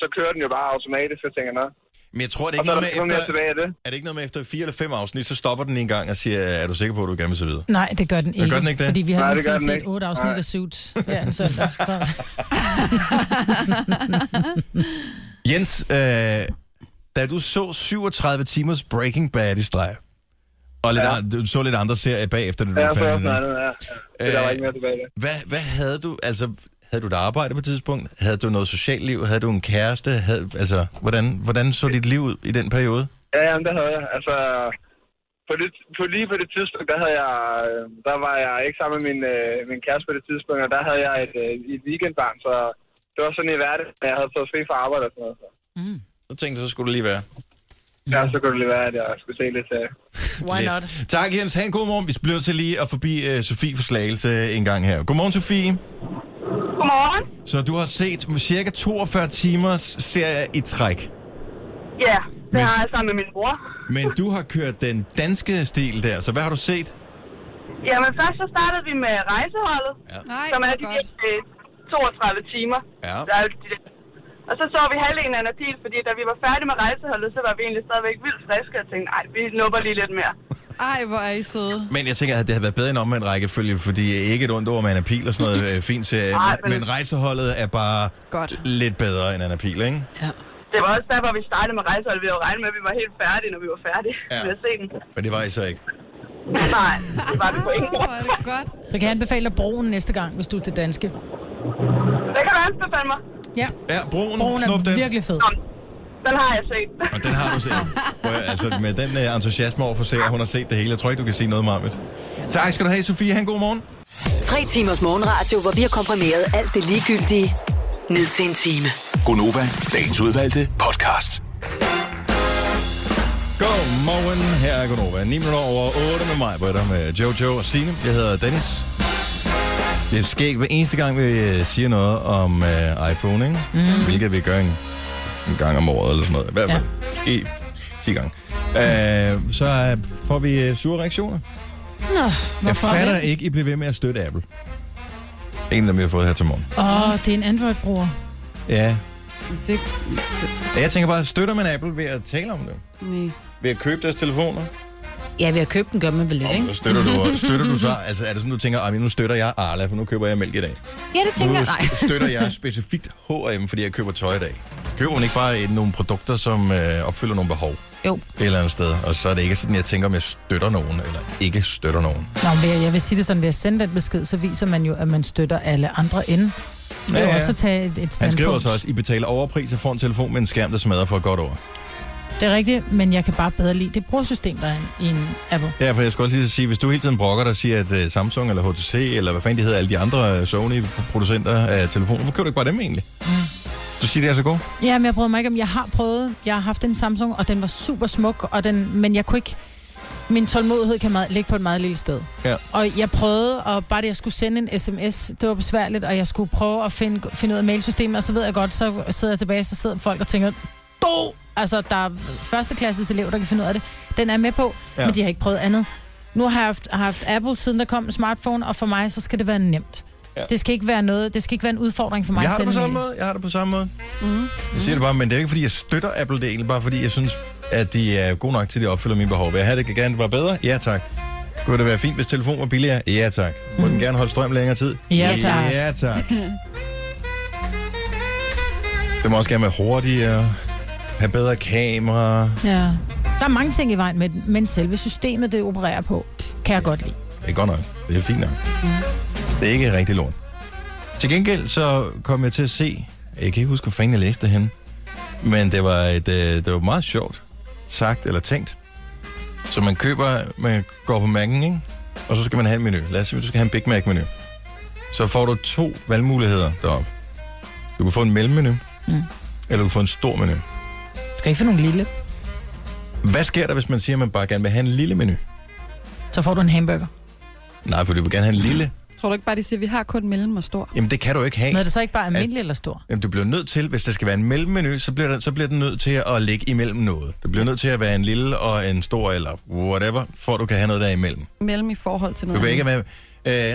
så kører den jo bare automatisk, så tænker jeg, nå. Men jeg tror, det er Og ikke så er noget med der ikke efter... nogen mere tilbage af det. Er det ikke noget med efter fire eller fem afsnit, så stopper den en gang og siger, er du sikker på, at du gerne vil se videre? Nej, det gør den ikke. den ikke det? Fordi vi har Nej, Nej, det gør lige den set ikke. otte afsnit Nej. af Suits her en søndag. Så. Jens, øh, da du så 37 timers Breaking Bad i streg, og lidt, ja. du så lidt andre serier bagefter, da du Ja, var så færdig også med noget det. andet, ja. Så der var ikke mere tilbage af det. Hvad, hvad havde du, altså, havde du et arbejde på et tidspunkt? Havde du noget socialt liv? Havde du en kæreste? Havde, altså, hvordan, hvordan så dit liv ud i den periode? Ja, jamen, det havde jeg. Altså, på det, på, lige på det tidspunkt, der, havde jeg, øh, der var jeg ikke sammen med min, øh, min kæreste på det tidspunkt, og der havde jeg et, øh, et weekendbarn, så det var sådan i hverdagen, at jeg havde fået fri fra arbejde og sådan noget. Så. Så tænkte jeg, så skulle du lige være. Ja, så kunne det lige være, at jeg skulle se lidt til. Why not? Tak, Jens. Ha' en god morgen. Vi bliver til lige at forbi uh, Sofie for Slagelse en gang her. Godmorgen, Sofie. Godmorgen. Så du har set cirka 42 timers serie i træk. Ja, det Men- har jeg sammen med min bror. Men du har kørt den danske stil der, så hvad har du set? Jamen først så startede vi med rejseholdet, Nej, som er hvor de godt. der øh, 32 timer. Ja. Der er jo de der. Og så så vi halvdelen af Nadil, fordi da vi var færdige med rejseholdet, så var vi egentlig stadigvæk vildt friske og tænkte, nej, vi nupper lige lidt mere. Ej, hvor er I søde. Men jeg tænker, at det havde været bedre end omvendt rækkefølge, fordi ikke et ondt ord med Anna Pil og sådan noget øh, fint serie, Nej, men, men- men rejseholdet er bare Godt. lidt bedre end Anna Pil, ikke? Det var også der, hvor vi startede med rejseholdet. Vi havde jo regnet med, at vi var helt færdige, når vi var færdige Ja. ja. med at se den. Men det var jeg så ikke. Nej, det var vi på Ej, ingen hvor måde. er det godt. Så kan jeg anbefale dig broen næste gang, hvis du er det danske. Det kan du anbefale mig. Ja, Ja, broen, broen snup er den. virkelig fed. Kom. Den har jeg set. Og den har du set. Prøv, at- altså, med den øh, entusiasme over for serier, hun har set det hele. Jeg tror ikke, du kan sige noget om det. Tak skal du have, Sofie. Ha' en god morgen. Tre timers morgenradio, hvor vi har komprimeret alt det ligegyldige ned til en time. Gonova, dagens udvalgte podcast. Godmorgen, her er Gunova. 9 minutter over 8 med mig, Britta, med Jojo og Signe. Jeg hedder Dennis. Det er skægt hver eneste gang, vi øh, siger noget om øh, iPhone, ikke? Mm. Hvilket vi gør en, en gang om året eller sådan noget. I hvert fald ja. i 10 gange. Øh, så øh, får vi øh, sure reaktioner. Nå, Jeg hvorfor fatter det? ikke, I bliver ved med at støtte Apple. En, der vi har fået her til morgen. Åh, oh, det er en Android-bruger. Ja. Det, Jeg tænker bare, støtter man Apple ved at tale om det? nej. Ved at købe deres telefoner? Ja, ved at købe den gør man vel lidt, ikke? Så støtter *laughs* du, støtter du så, altså er det sådan, du tænker, "Ej, men nu støtter jeg Arla, for nu køber jeg mælk i dag. Ja, det tænker Nu jeg. Nej. st- støtter jeg specifikt H&M, fordi jeg køber tøj i dag. Så køber man ikke bare et, nogle produkter, som øh, opfylder nogle behov Jo. et eller andet sted. Og så er det ikke sådan, jeg tænker, om jeg støtter nogen, eller ikke støtter nogen. Nå, men jeg- jeg vil sige det sådan, ved at sende den besked, så viser man jo, at man støtter alle andre end. Det Ja, er ja, ja. ja. også at tage et, et Han standpunkt. skriver så også, I betaler overpris og får en telefon med en skærm, der smadrer for et godt år. Det er rigtigt, men jeg kan bare bedre lide det brugersystem, der er i en Apple. Ja, for jeg skulle også lige sige, hvis du hele tiden brokker dig og siger, at øh, Samsung eller HTC, eller hvad fanden de hedder, alle de andre øh, Sony-producenter af telefoner, hvorfor køber du ikke bare dem egentlig? Mm. Du siger, det er så godt. Ja, men jeg prøvede mig ikke om. Jeg har prøvet. Jeg har haft en Samsung, og den var super smuk, og den, men jeg kunne ikke... Min tålmodighed kan meget, ligge på et meget lille sted. Ja. Og jeg prøvede, og bare det, jeg skulle sende en sms, det var besværligt, og jeg skulle prøve at finde, finde ud af mailsystemet, og så ved jeg godt, så sidder jeg tilbage, så sidder folk og tænker, du! Altså, der er førsteklasses elev, der kan finde ud af det. Den er jeg med på, Ja. ja. men de har ikke prøvet andet. Nu har jeg haft, har haft Apple, siden der kom en smartphone, og for mig, så skal det være nemt. Ja. Ja. Det skal ikke være noget, det skal ikke være en udfordring for mig. Jeg at har det på sende en samme mail. måde. Jeg har det på samme måde. Mm. Jeg siger det bare, men det er ikke, fordi jeg støtter Apple. Det er egentlig bare, fordi jeg synes, at de er gode nok til, at de opfylder mine behov. Vil jeg have det gerne var bedre? Ja, tak. Kunne det være fint, hvis telefonen var billigere? Ja, tak. Må den gerne holde strøm længere tid? Mm. Ja, tak. Ja, tak. Det må også gerne være hurtigere, have bedre kamera. Ja. Der er mange ting i vejen med den, men selve systemet, det opererer på, kan jeg godt lide. Det er godt nok. Det er fint nok. Det er ikke rigtig lort. Til gengæld så kom jeg til at se, jeg kan ikke huske, hvor fanden jeg læste det henne, men det var, et, øh, det var meget sjovt sagt eller tænkt. Så man køber, man går på Mac'en, ikke? og så skal man have en menu. Lad os sige, du skal have en Big Mac-menu. Så får du to valgmuligheder deroppe. Du kan få en mellemmenu, mm. eller du kan få en stor menu. Du kan ikke få nogen lille. Hvad sker der, hvis man siger, at man bare gerne vil have en lille menu? Så får du en hamburger. Nej, for du vil gerne have en lille. Tror du ikke bare, de siger, at vi har kun mellem og stor? Jamen, det kan du ikke have. Nå, er det så ikke bare almindelig eller stor? Jamen, du bliver nødt til, hvis der skal være en mellemmenu, så bliver, der, så bliver den nødt til at ligge imellem noget. Det bliver nødt til at være en lille og en stor, eller whatever, for at du kan have noget der imellem. Mellem i forhold til Du noget kan ikke andet. være...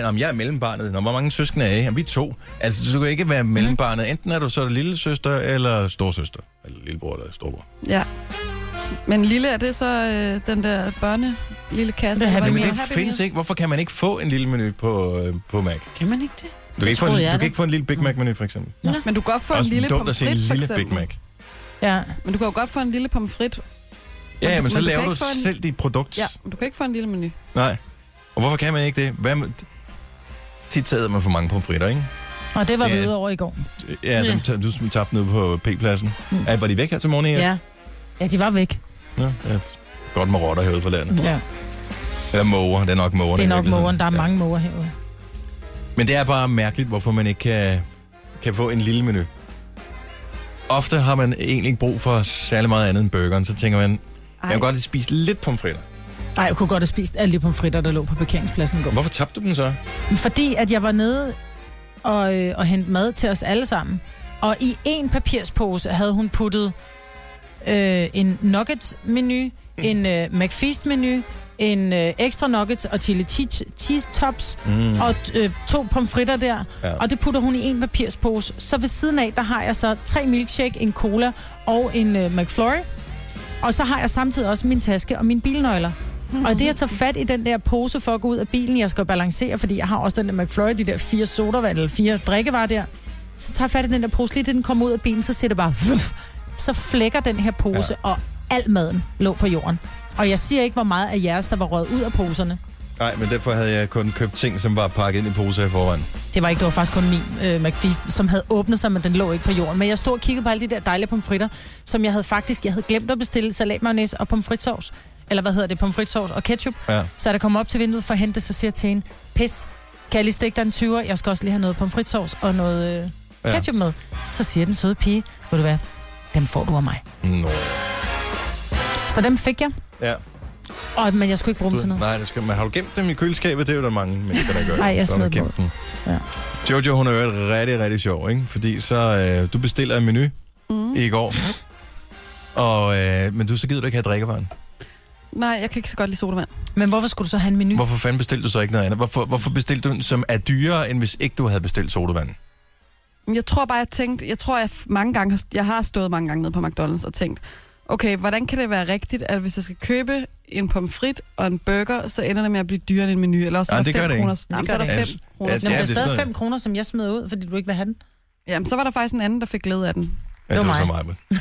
Øh, om jeg er mellembarnet. Nå, hvor mange søskende er I? Jamen, vi er to. Altså, du kan ikke Mhm. være mellembarnet. Enten er du så lille søster eller storsøster. Eller lillebror eller storbror. Ja. Men lille, er det så øh, den der børne lille kasse? Det er eller Happy Jamen, hvad den det hedder? findes ikke. Hvorfor kan man ikke få en lille menu på, øh, på Mac? Kan man ikke det? Du kan, ikke få en, troede du jeg kan da. ikke få en lille Big Mac-menu, for eksempel. Men du kan godt få en Også lille dumt at pomfrit, sige en for lille Big eksempel. Mac. Ja. Men du kan jo godt få en lille pomfrit. Ja, Men ja, du- men så men du kan laver du ikke få en- selv dit produkt. Ja, men du kan ikke få en lille menu. Nej. Og hvorfor kan man ikke det? Hvad med... Tit tager man for mange pomfritter, ikke? Og det var vi Ja. ude over i går. Ja, dem ja. du som tabte nede på P-pladsen. Mm. Ja, var de væk her til morgen? Ja. Ja, de var væk. ja. ja. Godt med rotter herude for landet. Ja. Eller måger, det er nok mågerne. Det er i nok virkeligheden. mågeren. Der er mange måger herude. Men det er bare mærkeligt, hvorfor man ikke kan, kan få en lille menu. Ofte har man egentlig ikke brug for særlig meget andet end burgeren. Så tænker man, jeg kan godt spise lidt pomfritter. Ej, jeg kunne godt have spist alle de pomfritter, der lå på parkeringspladsen i går. Hvorfor tabte du den så? Fordi at jeg var nede og, øh, og hente mad til os alle sammen. Og i en papirspose havde hun puttet øh, en nuggets-menu, en øh, McFeast-menu, en øh, ekstra nuggets og chili cheese, cheese tops mm. og øh, to pomfritter der. Ja. Ja. Og det putter hun i en papirspose. Så ved siden af, der har jeg så tre milkshake, en cola og en øh, McFlurry. Og så har jeg samtidig også min taske og mine bilnøgler. Og det, jeg tager fat i den der pose for at gå ud af bilen, jeg skal jo balancere, fordi jeg har også den der McFlurry, de der fire sodavand eller fire drikkevarer der. Så tager jeg fat i den der pose, lige da den kommer ud af bilen, så siger det bare... Så flækker den her pose, ja. og al maden lå på jorden. Og jeg siger ikke, hvor meget af jeres, der var røget ud af poserne. Nej, men derfor havde jeg kun købt ting, som var pakket ind i poser i forvejen. Det var ikke, det var faktisk kun min øh, McFeast, som havde åbnet sig, men den lå ikke på jorden. Men jeg stod og kiggede på alle de der dejlige pomfritter, som jeg havde faktisk, jeg havde glemt at bestille salatmayonnaise og pomfritsovs. Eller hvad hedder det, pomfritsovs og ketchup. Ja. Så der kommer op til vinduet for at hente, det, så siger jeg til hende, pis, kan jeg lige stikke dig en 20'er? Jeg skal også lige have noget pomfritsovs og noget øh, Ja. ketchup med. Så siger den søde pige, ved du hvad, dem får du af mig. Nå. Så dem fik jeg, Ja. og, men jeg skulle ikke bruge dem til noget. Nej, det skal, men har du gemt dem i køleskabet? Det er jo der mange mennesker, der gør. Ej, jeg Så har man smed dem gemt dem. Ja. Jojo, hun er jo rigtig, rigtig sjov, ikke? Fordi så, øh, du bestiller en menu mm. i går, og, øh, men du så gider du ikke have drikkevaren. Nej, jeg kan ikke så godt lide sodavand. Men hvorfor skulle du så have en menu? Hvorfor fanden bestilte du så ikke noget andet? Hvorfor, hvorfor bestilte du den, som er dyrere, end hvis ikke du havde bestilt sodavand? Men Jeg tror bare, jeg tænkte, jeg tror, jeg f- mange gange, har- jeg har stået mange gange nede på McDonald's og tænkt, okay, hvordan kan det være rigtigt, at hvis jeg skal købe en pomfrit og en burger, så ender det med at blive dyrere end en menu, eller også Ej, er det der gør det 5 ikke. Altså, kroner. Det Jamen, gør så er det der ikke. Ja, 5 kroner. Ja, det Nå, men det er er stadig sådan. 5 kroner, som jeg smed ud, fordi du ikke vil have den. Jamen, så var der faktisk en anden, der fik glæde af den. Ja, det Det var, var så mig. meget. vel?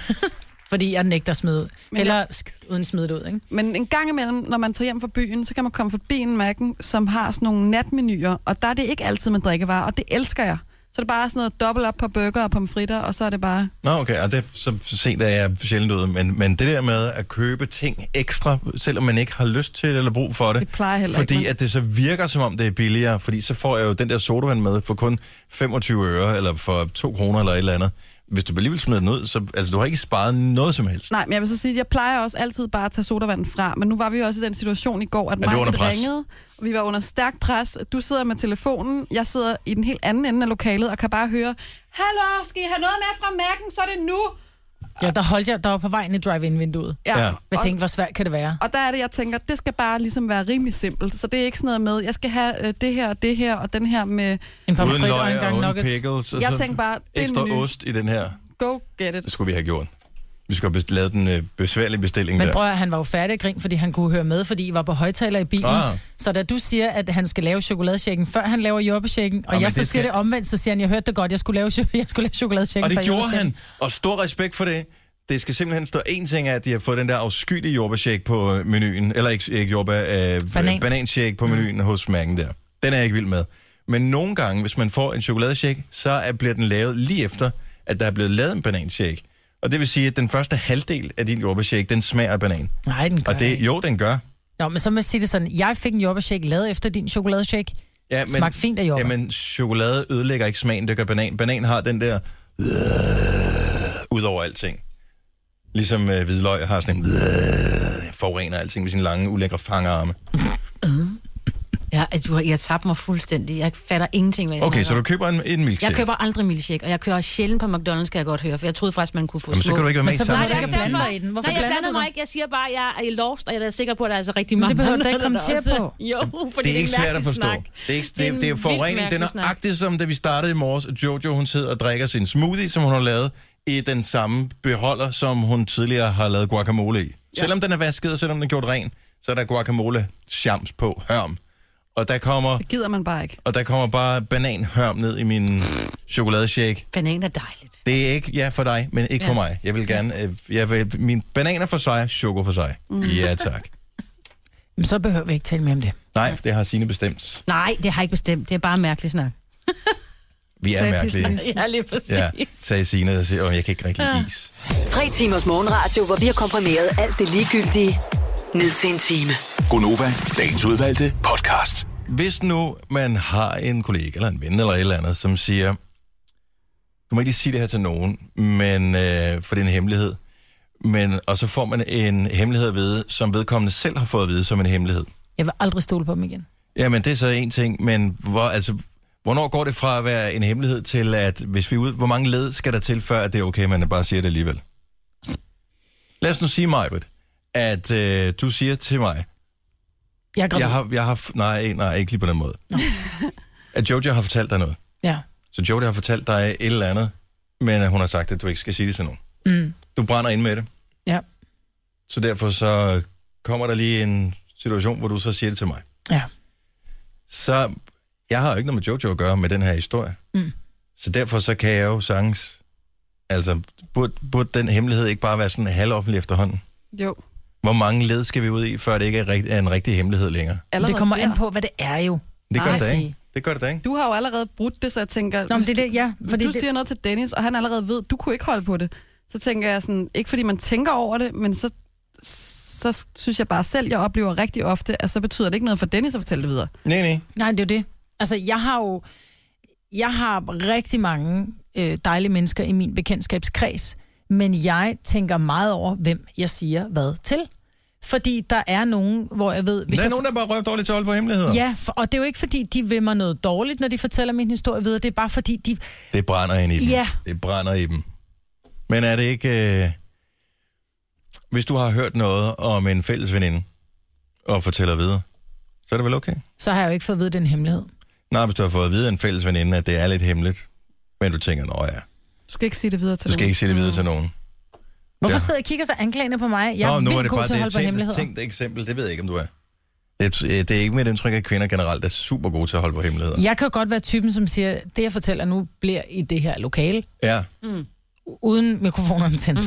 Fordi jeg nægter at smide ud. Men Eller sk- uden smide det ud, ikke? Men en gang imellem, når man tager hjem fra byen, så kan man komme forbi en Mac'en, som har sådan nogle natmenuer, og der er det ikke altid med drikkevarer, og det elsker jeg. Så er det bare sådan noget dobbelt op på burger og pomfritter, og så er det bare... Nå, okay, og det er så sent, at jeg sjældent ude, men, men det der med at købe ting ekstra, selvom man ikke har lyst til det eller brug for det, Det plejer heller fordi ikke, man. at det så virker, som om det er billigere, fordi så får jeg jo den der sodavand med for kun 25 øre, eller for 2 kroner eller et eller andet. Hvis du alligevel smider den ud, så altså, du har ikke sparet noget som helst. Nej, men jeg vil så sige, at jeg plejer også altid bare at tage sodavand fra, men nu var vi jo også i den situation i går, at var under Market pres. ringede, og vi var under stærk pres. Du sidder med telefonen, jeg sidder i den helt anden ende af lokalet og kan bare høre, Hallo, skal I have noget med fra mærken, så er det nu! Ja, der holdt jeg, der var på vej ind i drive-in-vinduet. Ja. Jeg og- tænkte, hvor svært kan det være? Og der er det, jeg tænker, det skal bare ligesom være rimelig simpelt. Så det er ikke sådan noget med, jeg skal have øh, det her og det her og den her med En pommes Uden frites og en løg og gang uden nuggets. pickles. og Jeg så tænkte bare, det er Ekstra en menu. ost i den her. go get it. Det skulle vi have gjort. Vi skulle have best- lavet den øh, besværlige bestilling Men der. prøv at, høre, han var jo færdig af grin, fordi han kunne høre med, fordi I var på højtaler i bilen. Ah. Ah. Så da du siger, at han skal lave chokoladeshaken, før han laver jobbeshaken, og Ah, men jeg så det det siger skal- det omvendt, så siger han, jeg hørte det godt, jeg skulle lave, cho- *laughs* jeg skulle lave chokoladeshaken. Og før det gjorde jobbeshaken." han. Og stor respekt for det. Det skal simpelthen stå en ting af, at de har fået den der afskyelige jordbærshake på øh, menuen. Eller ikke, ikke jordbær, øh, Banan. øh, bananshake på menuen hos Mærken der. Den er jeg ikke vild med. Men nogle gange, hvis man får en chokoladeshake, så er, bliver den lavet lige efter, at der er blevet lavet en bananshake. Og det vil sige, at den første halvdel af din jordbærshake, den smager af banan. Nej, den gør Og det, ikke. jo, den gør. Nå, men så må jeg sige det sådan, jeg fik en jobbeshake lavet efter din chokoladeshake. Ja, men, Smagte fint af jordbær. Jamen, chokolade ødelægger ikke smagen, det gør banan. Banan har den der... øh, ud over alting. Ligesom øh, hvidløg har sådan en... øh, forurener alting med sine lange, ulækre fangerarme. Jeg, at du har, jeg tabte mig fuldstændig. Jeg fatter ingenting, hvad jeg Okay, snakker så du om. køber en, en milkshake. Jeg køber aldrig milkshake, og jeg kører sjældent på McDonald's, kan jeg godt høre, for jeg troede faktisk, man kunne få Jamen, så små. kan du ikke være med i Men så Nej, behøver samme du det er ikke ikke derfor. at blande dig i den. Hvorfor Nej, jeg blander blander du mig dig? ikke. Jeg siger bare, at jeg er lost, og jeg er da sikker på, at der er altså rigtig Men mange det behøver du da andre, ikke komme der til også- på. Jo, for det er ikke svært at forstå. Det er, ikke, det, det, det er forurening. Det er nøjagtigt som, da vi startede i morges, at Jojo hun sidder og drikker sin smoothie, som hun har lavet, i den samme beholder, som hun tidligere har lavet guacamole i. Ja. Selvom den er vasket, og selvom den er gjort ren, så er der guacamole shams på hørm. Og der kommer, Det gider man bare ikke. og der kommer bare bananhørm ned i min chokoladeshake. Banan er dejligt. Det er ikke ja for dig, men ikke ja. for mig. Jeg vil gerne... Øh, jeg vil, min bananer for sig, choco for sig. Mm. Ja, tak. Jamen, så behøver vi ikke tale mere om det. Nej, det har sine bestemt. Nej, det har jeg ikke bestemt. Det er bare mærkelig snak. Vi er Sagde mærkelige. præcis. Ja, lige præcis. Ja, Ja. sagde Signe, og siger, "Åh, jeg kan ikke rigtig lide is. Tre timers morgenradio, hvor vi har komprimeret alt det ligegyldige ned til en time. Gonova, dagens udvalgte podcast. Hvis nu man har en kollega eller en ven eller et eller andet, som siger, du må ikke lige sige det her til nogen, men, øh, for det er en hemmelighed. Men, og så får man en hemmelighed at vide, som vedkommende selv har fået at vide som en hemmelighed. Jeg vil aldrig stole på dem igen. Jamen, det er så en ting, men hvor, altså, hvornår går det fra at være en hemmelighed til, at hvis vi er ude, hvor mange led skal der til, før at det er okay, man bare siger det alligevel? Lad os nu sige, Majbet, at øh, du siger til mig, Jeg er gravid. jeg har, jeg har, f- nej, nej, ikke lige på den måde. at Jojo har fortalt dig noget. Ja. Så Jojo har fortalt dig et eller andet, men at hun har sagt, at du ikke skal sige det til nogen. Mm. Du brænder ind med det, Ja. så derfor så kommer der lige en situation, hvor du så siger det til mig. Ja. Så jeg har jo ikke noget med Jojo at gøre med den her historie. Mm. Så derfor så kan jeg jo sagtens... Altså, burde, burde den hemmelighed ikke bare være sådan halvoffentlig efterhånden? Jo. Hvor mange led skal vi ud i, før det ikke er, rigt, er en rigtig hemmelighed længere? Men Allerede det kommer an der. på, hvad det er jo. Det gør Nej, det da ikke. sige. Det gør det da ikke. Du har jo allerede brudt det, så jeg tænker... Nå, men det er det, ja. Fordi Fordi du det... siger noget til Dennis, og han allerede ved, du kunne ikke holde på det. Så tænker jeg sådan, ikke fordi man tænker over det, men så, så synes jeg bare selv, jeg oplever rigtig ofte, at så betyder det ikke noget for Dennis at fortælle det videre. Nej, nej. Nej, det er jo det. Altså, jeg har jo... Jeg har rigtig mange øh, dejlige mennesker i min bekendtskabskreds, men jeg tænker meget over, hvem jeg siger hvad til. Fordi der er nogen, hvor jeg ved... Hvis der er jeg... nogen, der bare røver dårligt til at holde på hemmeligheder. Ja, for, og det er jo ikke, fordi de vil mig noget dårligt, når de fortæller min historie videre. Det er bare, fordi de... Det brænder ind i dem. Ja. Det brænder i dem. Men er det ikke... Øh... Hvis du har hørt noget om en fælles veninde, og fortæller videre, så er det vel okay? Så har jeg jo ikke fået at vide den hemmelighed. Nej, hvis du har fået at vide af en fælles veninde, at det er lidt hemmeligt, men du tænker, nå ja, Du skal ikke sige det videre til du skal nogen. ikke sige det videre Mm. til nogen. Hvorfor Ja. sidder jeg og kigger så anklagende på mig? Jeg er nå, nu er vildt det god bare til at holde det på tænkt, hemmeligheder. tænkt eksempel, det ved jeg ikke, om du er. Det, er- øh, det er ikke mit indtryk, at kvinder generelt er super gode til at holde på hemmeligheder. Jeg kan jo godt være typen, som siger, det jeg fortæller nu bliver i det her lokale, Ja, uden mikrofonerne tændt.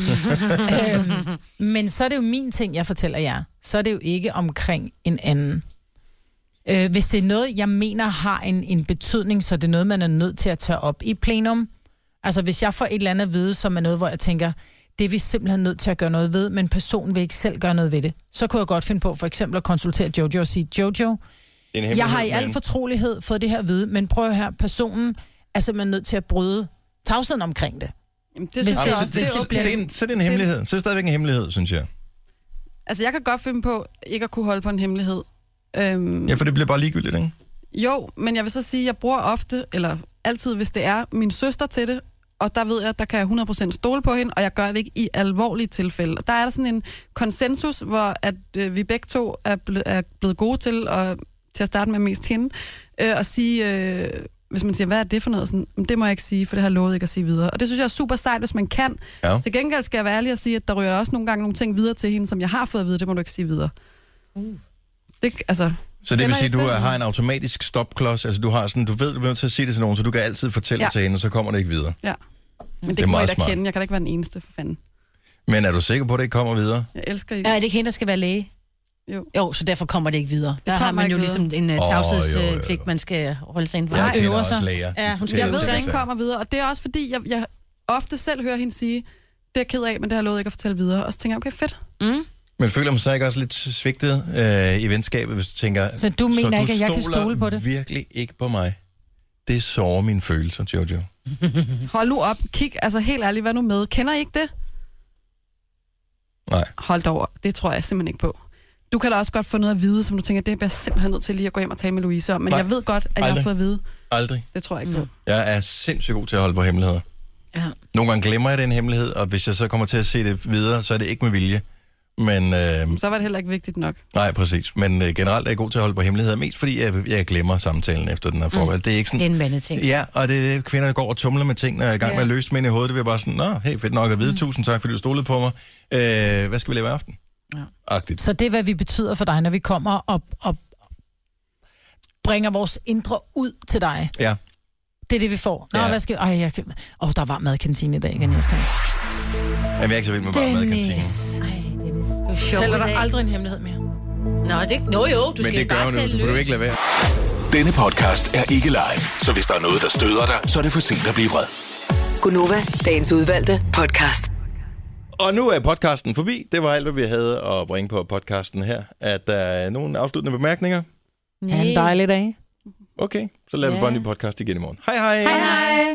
øhm, men så er det jo min ting, jeg fortæller jer. Så er det jo ikke omkring en anden. Øh, hvis det er noget, jeg mener har en, en betydning, så det er noget, man er nødt til at tage op i plenum. Altså hvis jeg får et eller andet at vide, som er noget, hvor jeg tænker, det er vi simpelthen nødt til at gøre noget ved, men personen vil ikke selv gøre noget ved det. Så kunne jeg godt finde på for eksempel at konsultere Jojo og sige, Jojo, En jeg hemmelighed, har i al men- fortrolighed fået det her at vide, men prøv her, personen er simpelthen nødt til at bryde tavsheden omkring det. Jamen, det Hvis synes det jeg er- også, hvis det det er så, okay. det er en, så er det en hemmelighed. Så er det stadigvæk en hemmelighed, synes jeg. Altså, jeg kan godt finde på ikke at kunne holde på en hemmelighed. Øhm, Ja, for det bliver bare ligegyldigt, ikke? Jo, men jeg vil så sige, at jeg bruger ofte, eller altid, hvis det er, min søster til det, og der ved jeg, at der kan jeg 100% stole på hende, og jeg gør det ikke i alvorlige tilfælde. Og Der er der sådan en konsensus, hvor at øh, vi begge to er, ble- er blevet gode til, og til at starte med mest hende, øh, at sige, øh, hvis man siger, hvad er det for noget? Sådan, "Men det må jeg ikke sige, for det har jeg lovet ikke at sige videre. Og det synes jeg er super sejt, hvis man kan. Ja. Til gengæld skal jeg være ærlig og sige, at der ryger der også nogle gange nogle ting videre til hende, som jeg har fået at vide, det må du ikke sige videre. Det, altså, Så det vil Eller sige, at du den- har en automatisk stopklods. Altså, du, har sådan, du ved, du bliver nødt til at sige det til nogen, så du kan altid fortælle Ja. ja. til hende, og så kommer det ikke videre. Ja. Men det, er det må meget jeg da smart. kende. Jeg kan da ikke være den eneste, for fanden. Men er du sikker på, at det ikke kommer videre? Jeg elsker I. Ja, er det ikke hende, der skal være læge? Jo. Jo, så derfor kommer det ikke videre. Der har kommer man ikke jo videre. ligesom en uh, Åh, jo, jo, jo. tavshedspligt, man skal holde sig inden for. Jeg Nej, kender øver også sig. læger. De Ja, hun- fortæller Jeg ved, ting, at han altså. kommer videre, og det er også fordi, jeg, jeg ofte selv hører hende sige, det er jeg ked af, men det har jeg lovet ikke at fortælle videre. Og så tænker jeg, okay, fedt. Mm? Men føler man sig ikke også lidt svigtet øh, i venskabet, hvis du tænker... Så du mener du ikke, at jeg kan stoler stole på det?" virkelig ikke på mig? Det sårer mine følelser, Jojo. Mhm. Hold nu op, kig, altså helt ærligt, hvad nu med? Kender I ikke det? Nej. Hold da over, det tror jeg simpelthen ikke på. Du kan da også godt få noget at vide, som du tænker, det bliver jeg simpelthen nødt til lige at gå hjem og tale med Louise om. Men Nej, jeg ved godt, at jeg har aldrig. fået at vide. Aldrig. Det tror jeg ikke på. Jeg er sindssygt god til at holde på hemmeligheder. Ja. Nogle gange glemmer jeg den hemmelighed, og hvis jeg så kommer til at se det videre, så er det ikke med vilje. Men, øh, Så var det heller ikke vigtigt nok. nej, præcis. Men øh, generelt er jeg god til at holde på hemmeligheder, mest fordi jeg, jeg glemmer samtalen efter den her forhold. Mm. Det er ikke Det er sådan... en mandeting. Ja, og det er det, kvinder der går og tumler med ting, når jeg er i gang med at løse dem ind i hovedet. Det bliver bare sådan, nå, hey, fedt nok at Mm. vide. Tusind tak, fordi du stolede på mig. Øh, hvad skal vi lave i aften? Ja. Agtigt. Så det er, hvad vi betyder for dig, når vi kommer og, og bringer vores indre ud til dig. Ja. Det er det, vi får. Nå, Ja. ja. hvad skal... Ej, jeg... kan- Åh, oh, der var mad i kantinen i dag igen, jeg skal... Jamen, jeg er ikke så vild med bare mad i kantinen. Dennis. Ej, det er det. Du er sjov Tæller i der dag. aldrig en hemmelighed mere? Nå, det, nå jo, du Men skal det gør bare hun jo, tale du får du løs. ikke lade være. Denne podcast er ikke live, så hvis der er noget, der støder dig, så er det for sent at blive vred. Gunova, dagens udvalgte podcast. Og nu er podcasten forbi. Det var alt, hvad vi havde at bringe på podcasten her. At der er nogle afsluttende bemærkninger. Nej. dejlig dag. Okay, så laver vi Ja. bare en ny podcast igen i morgen. Hej hej! Hej hej.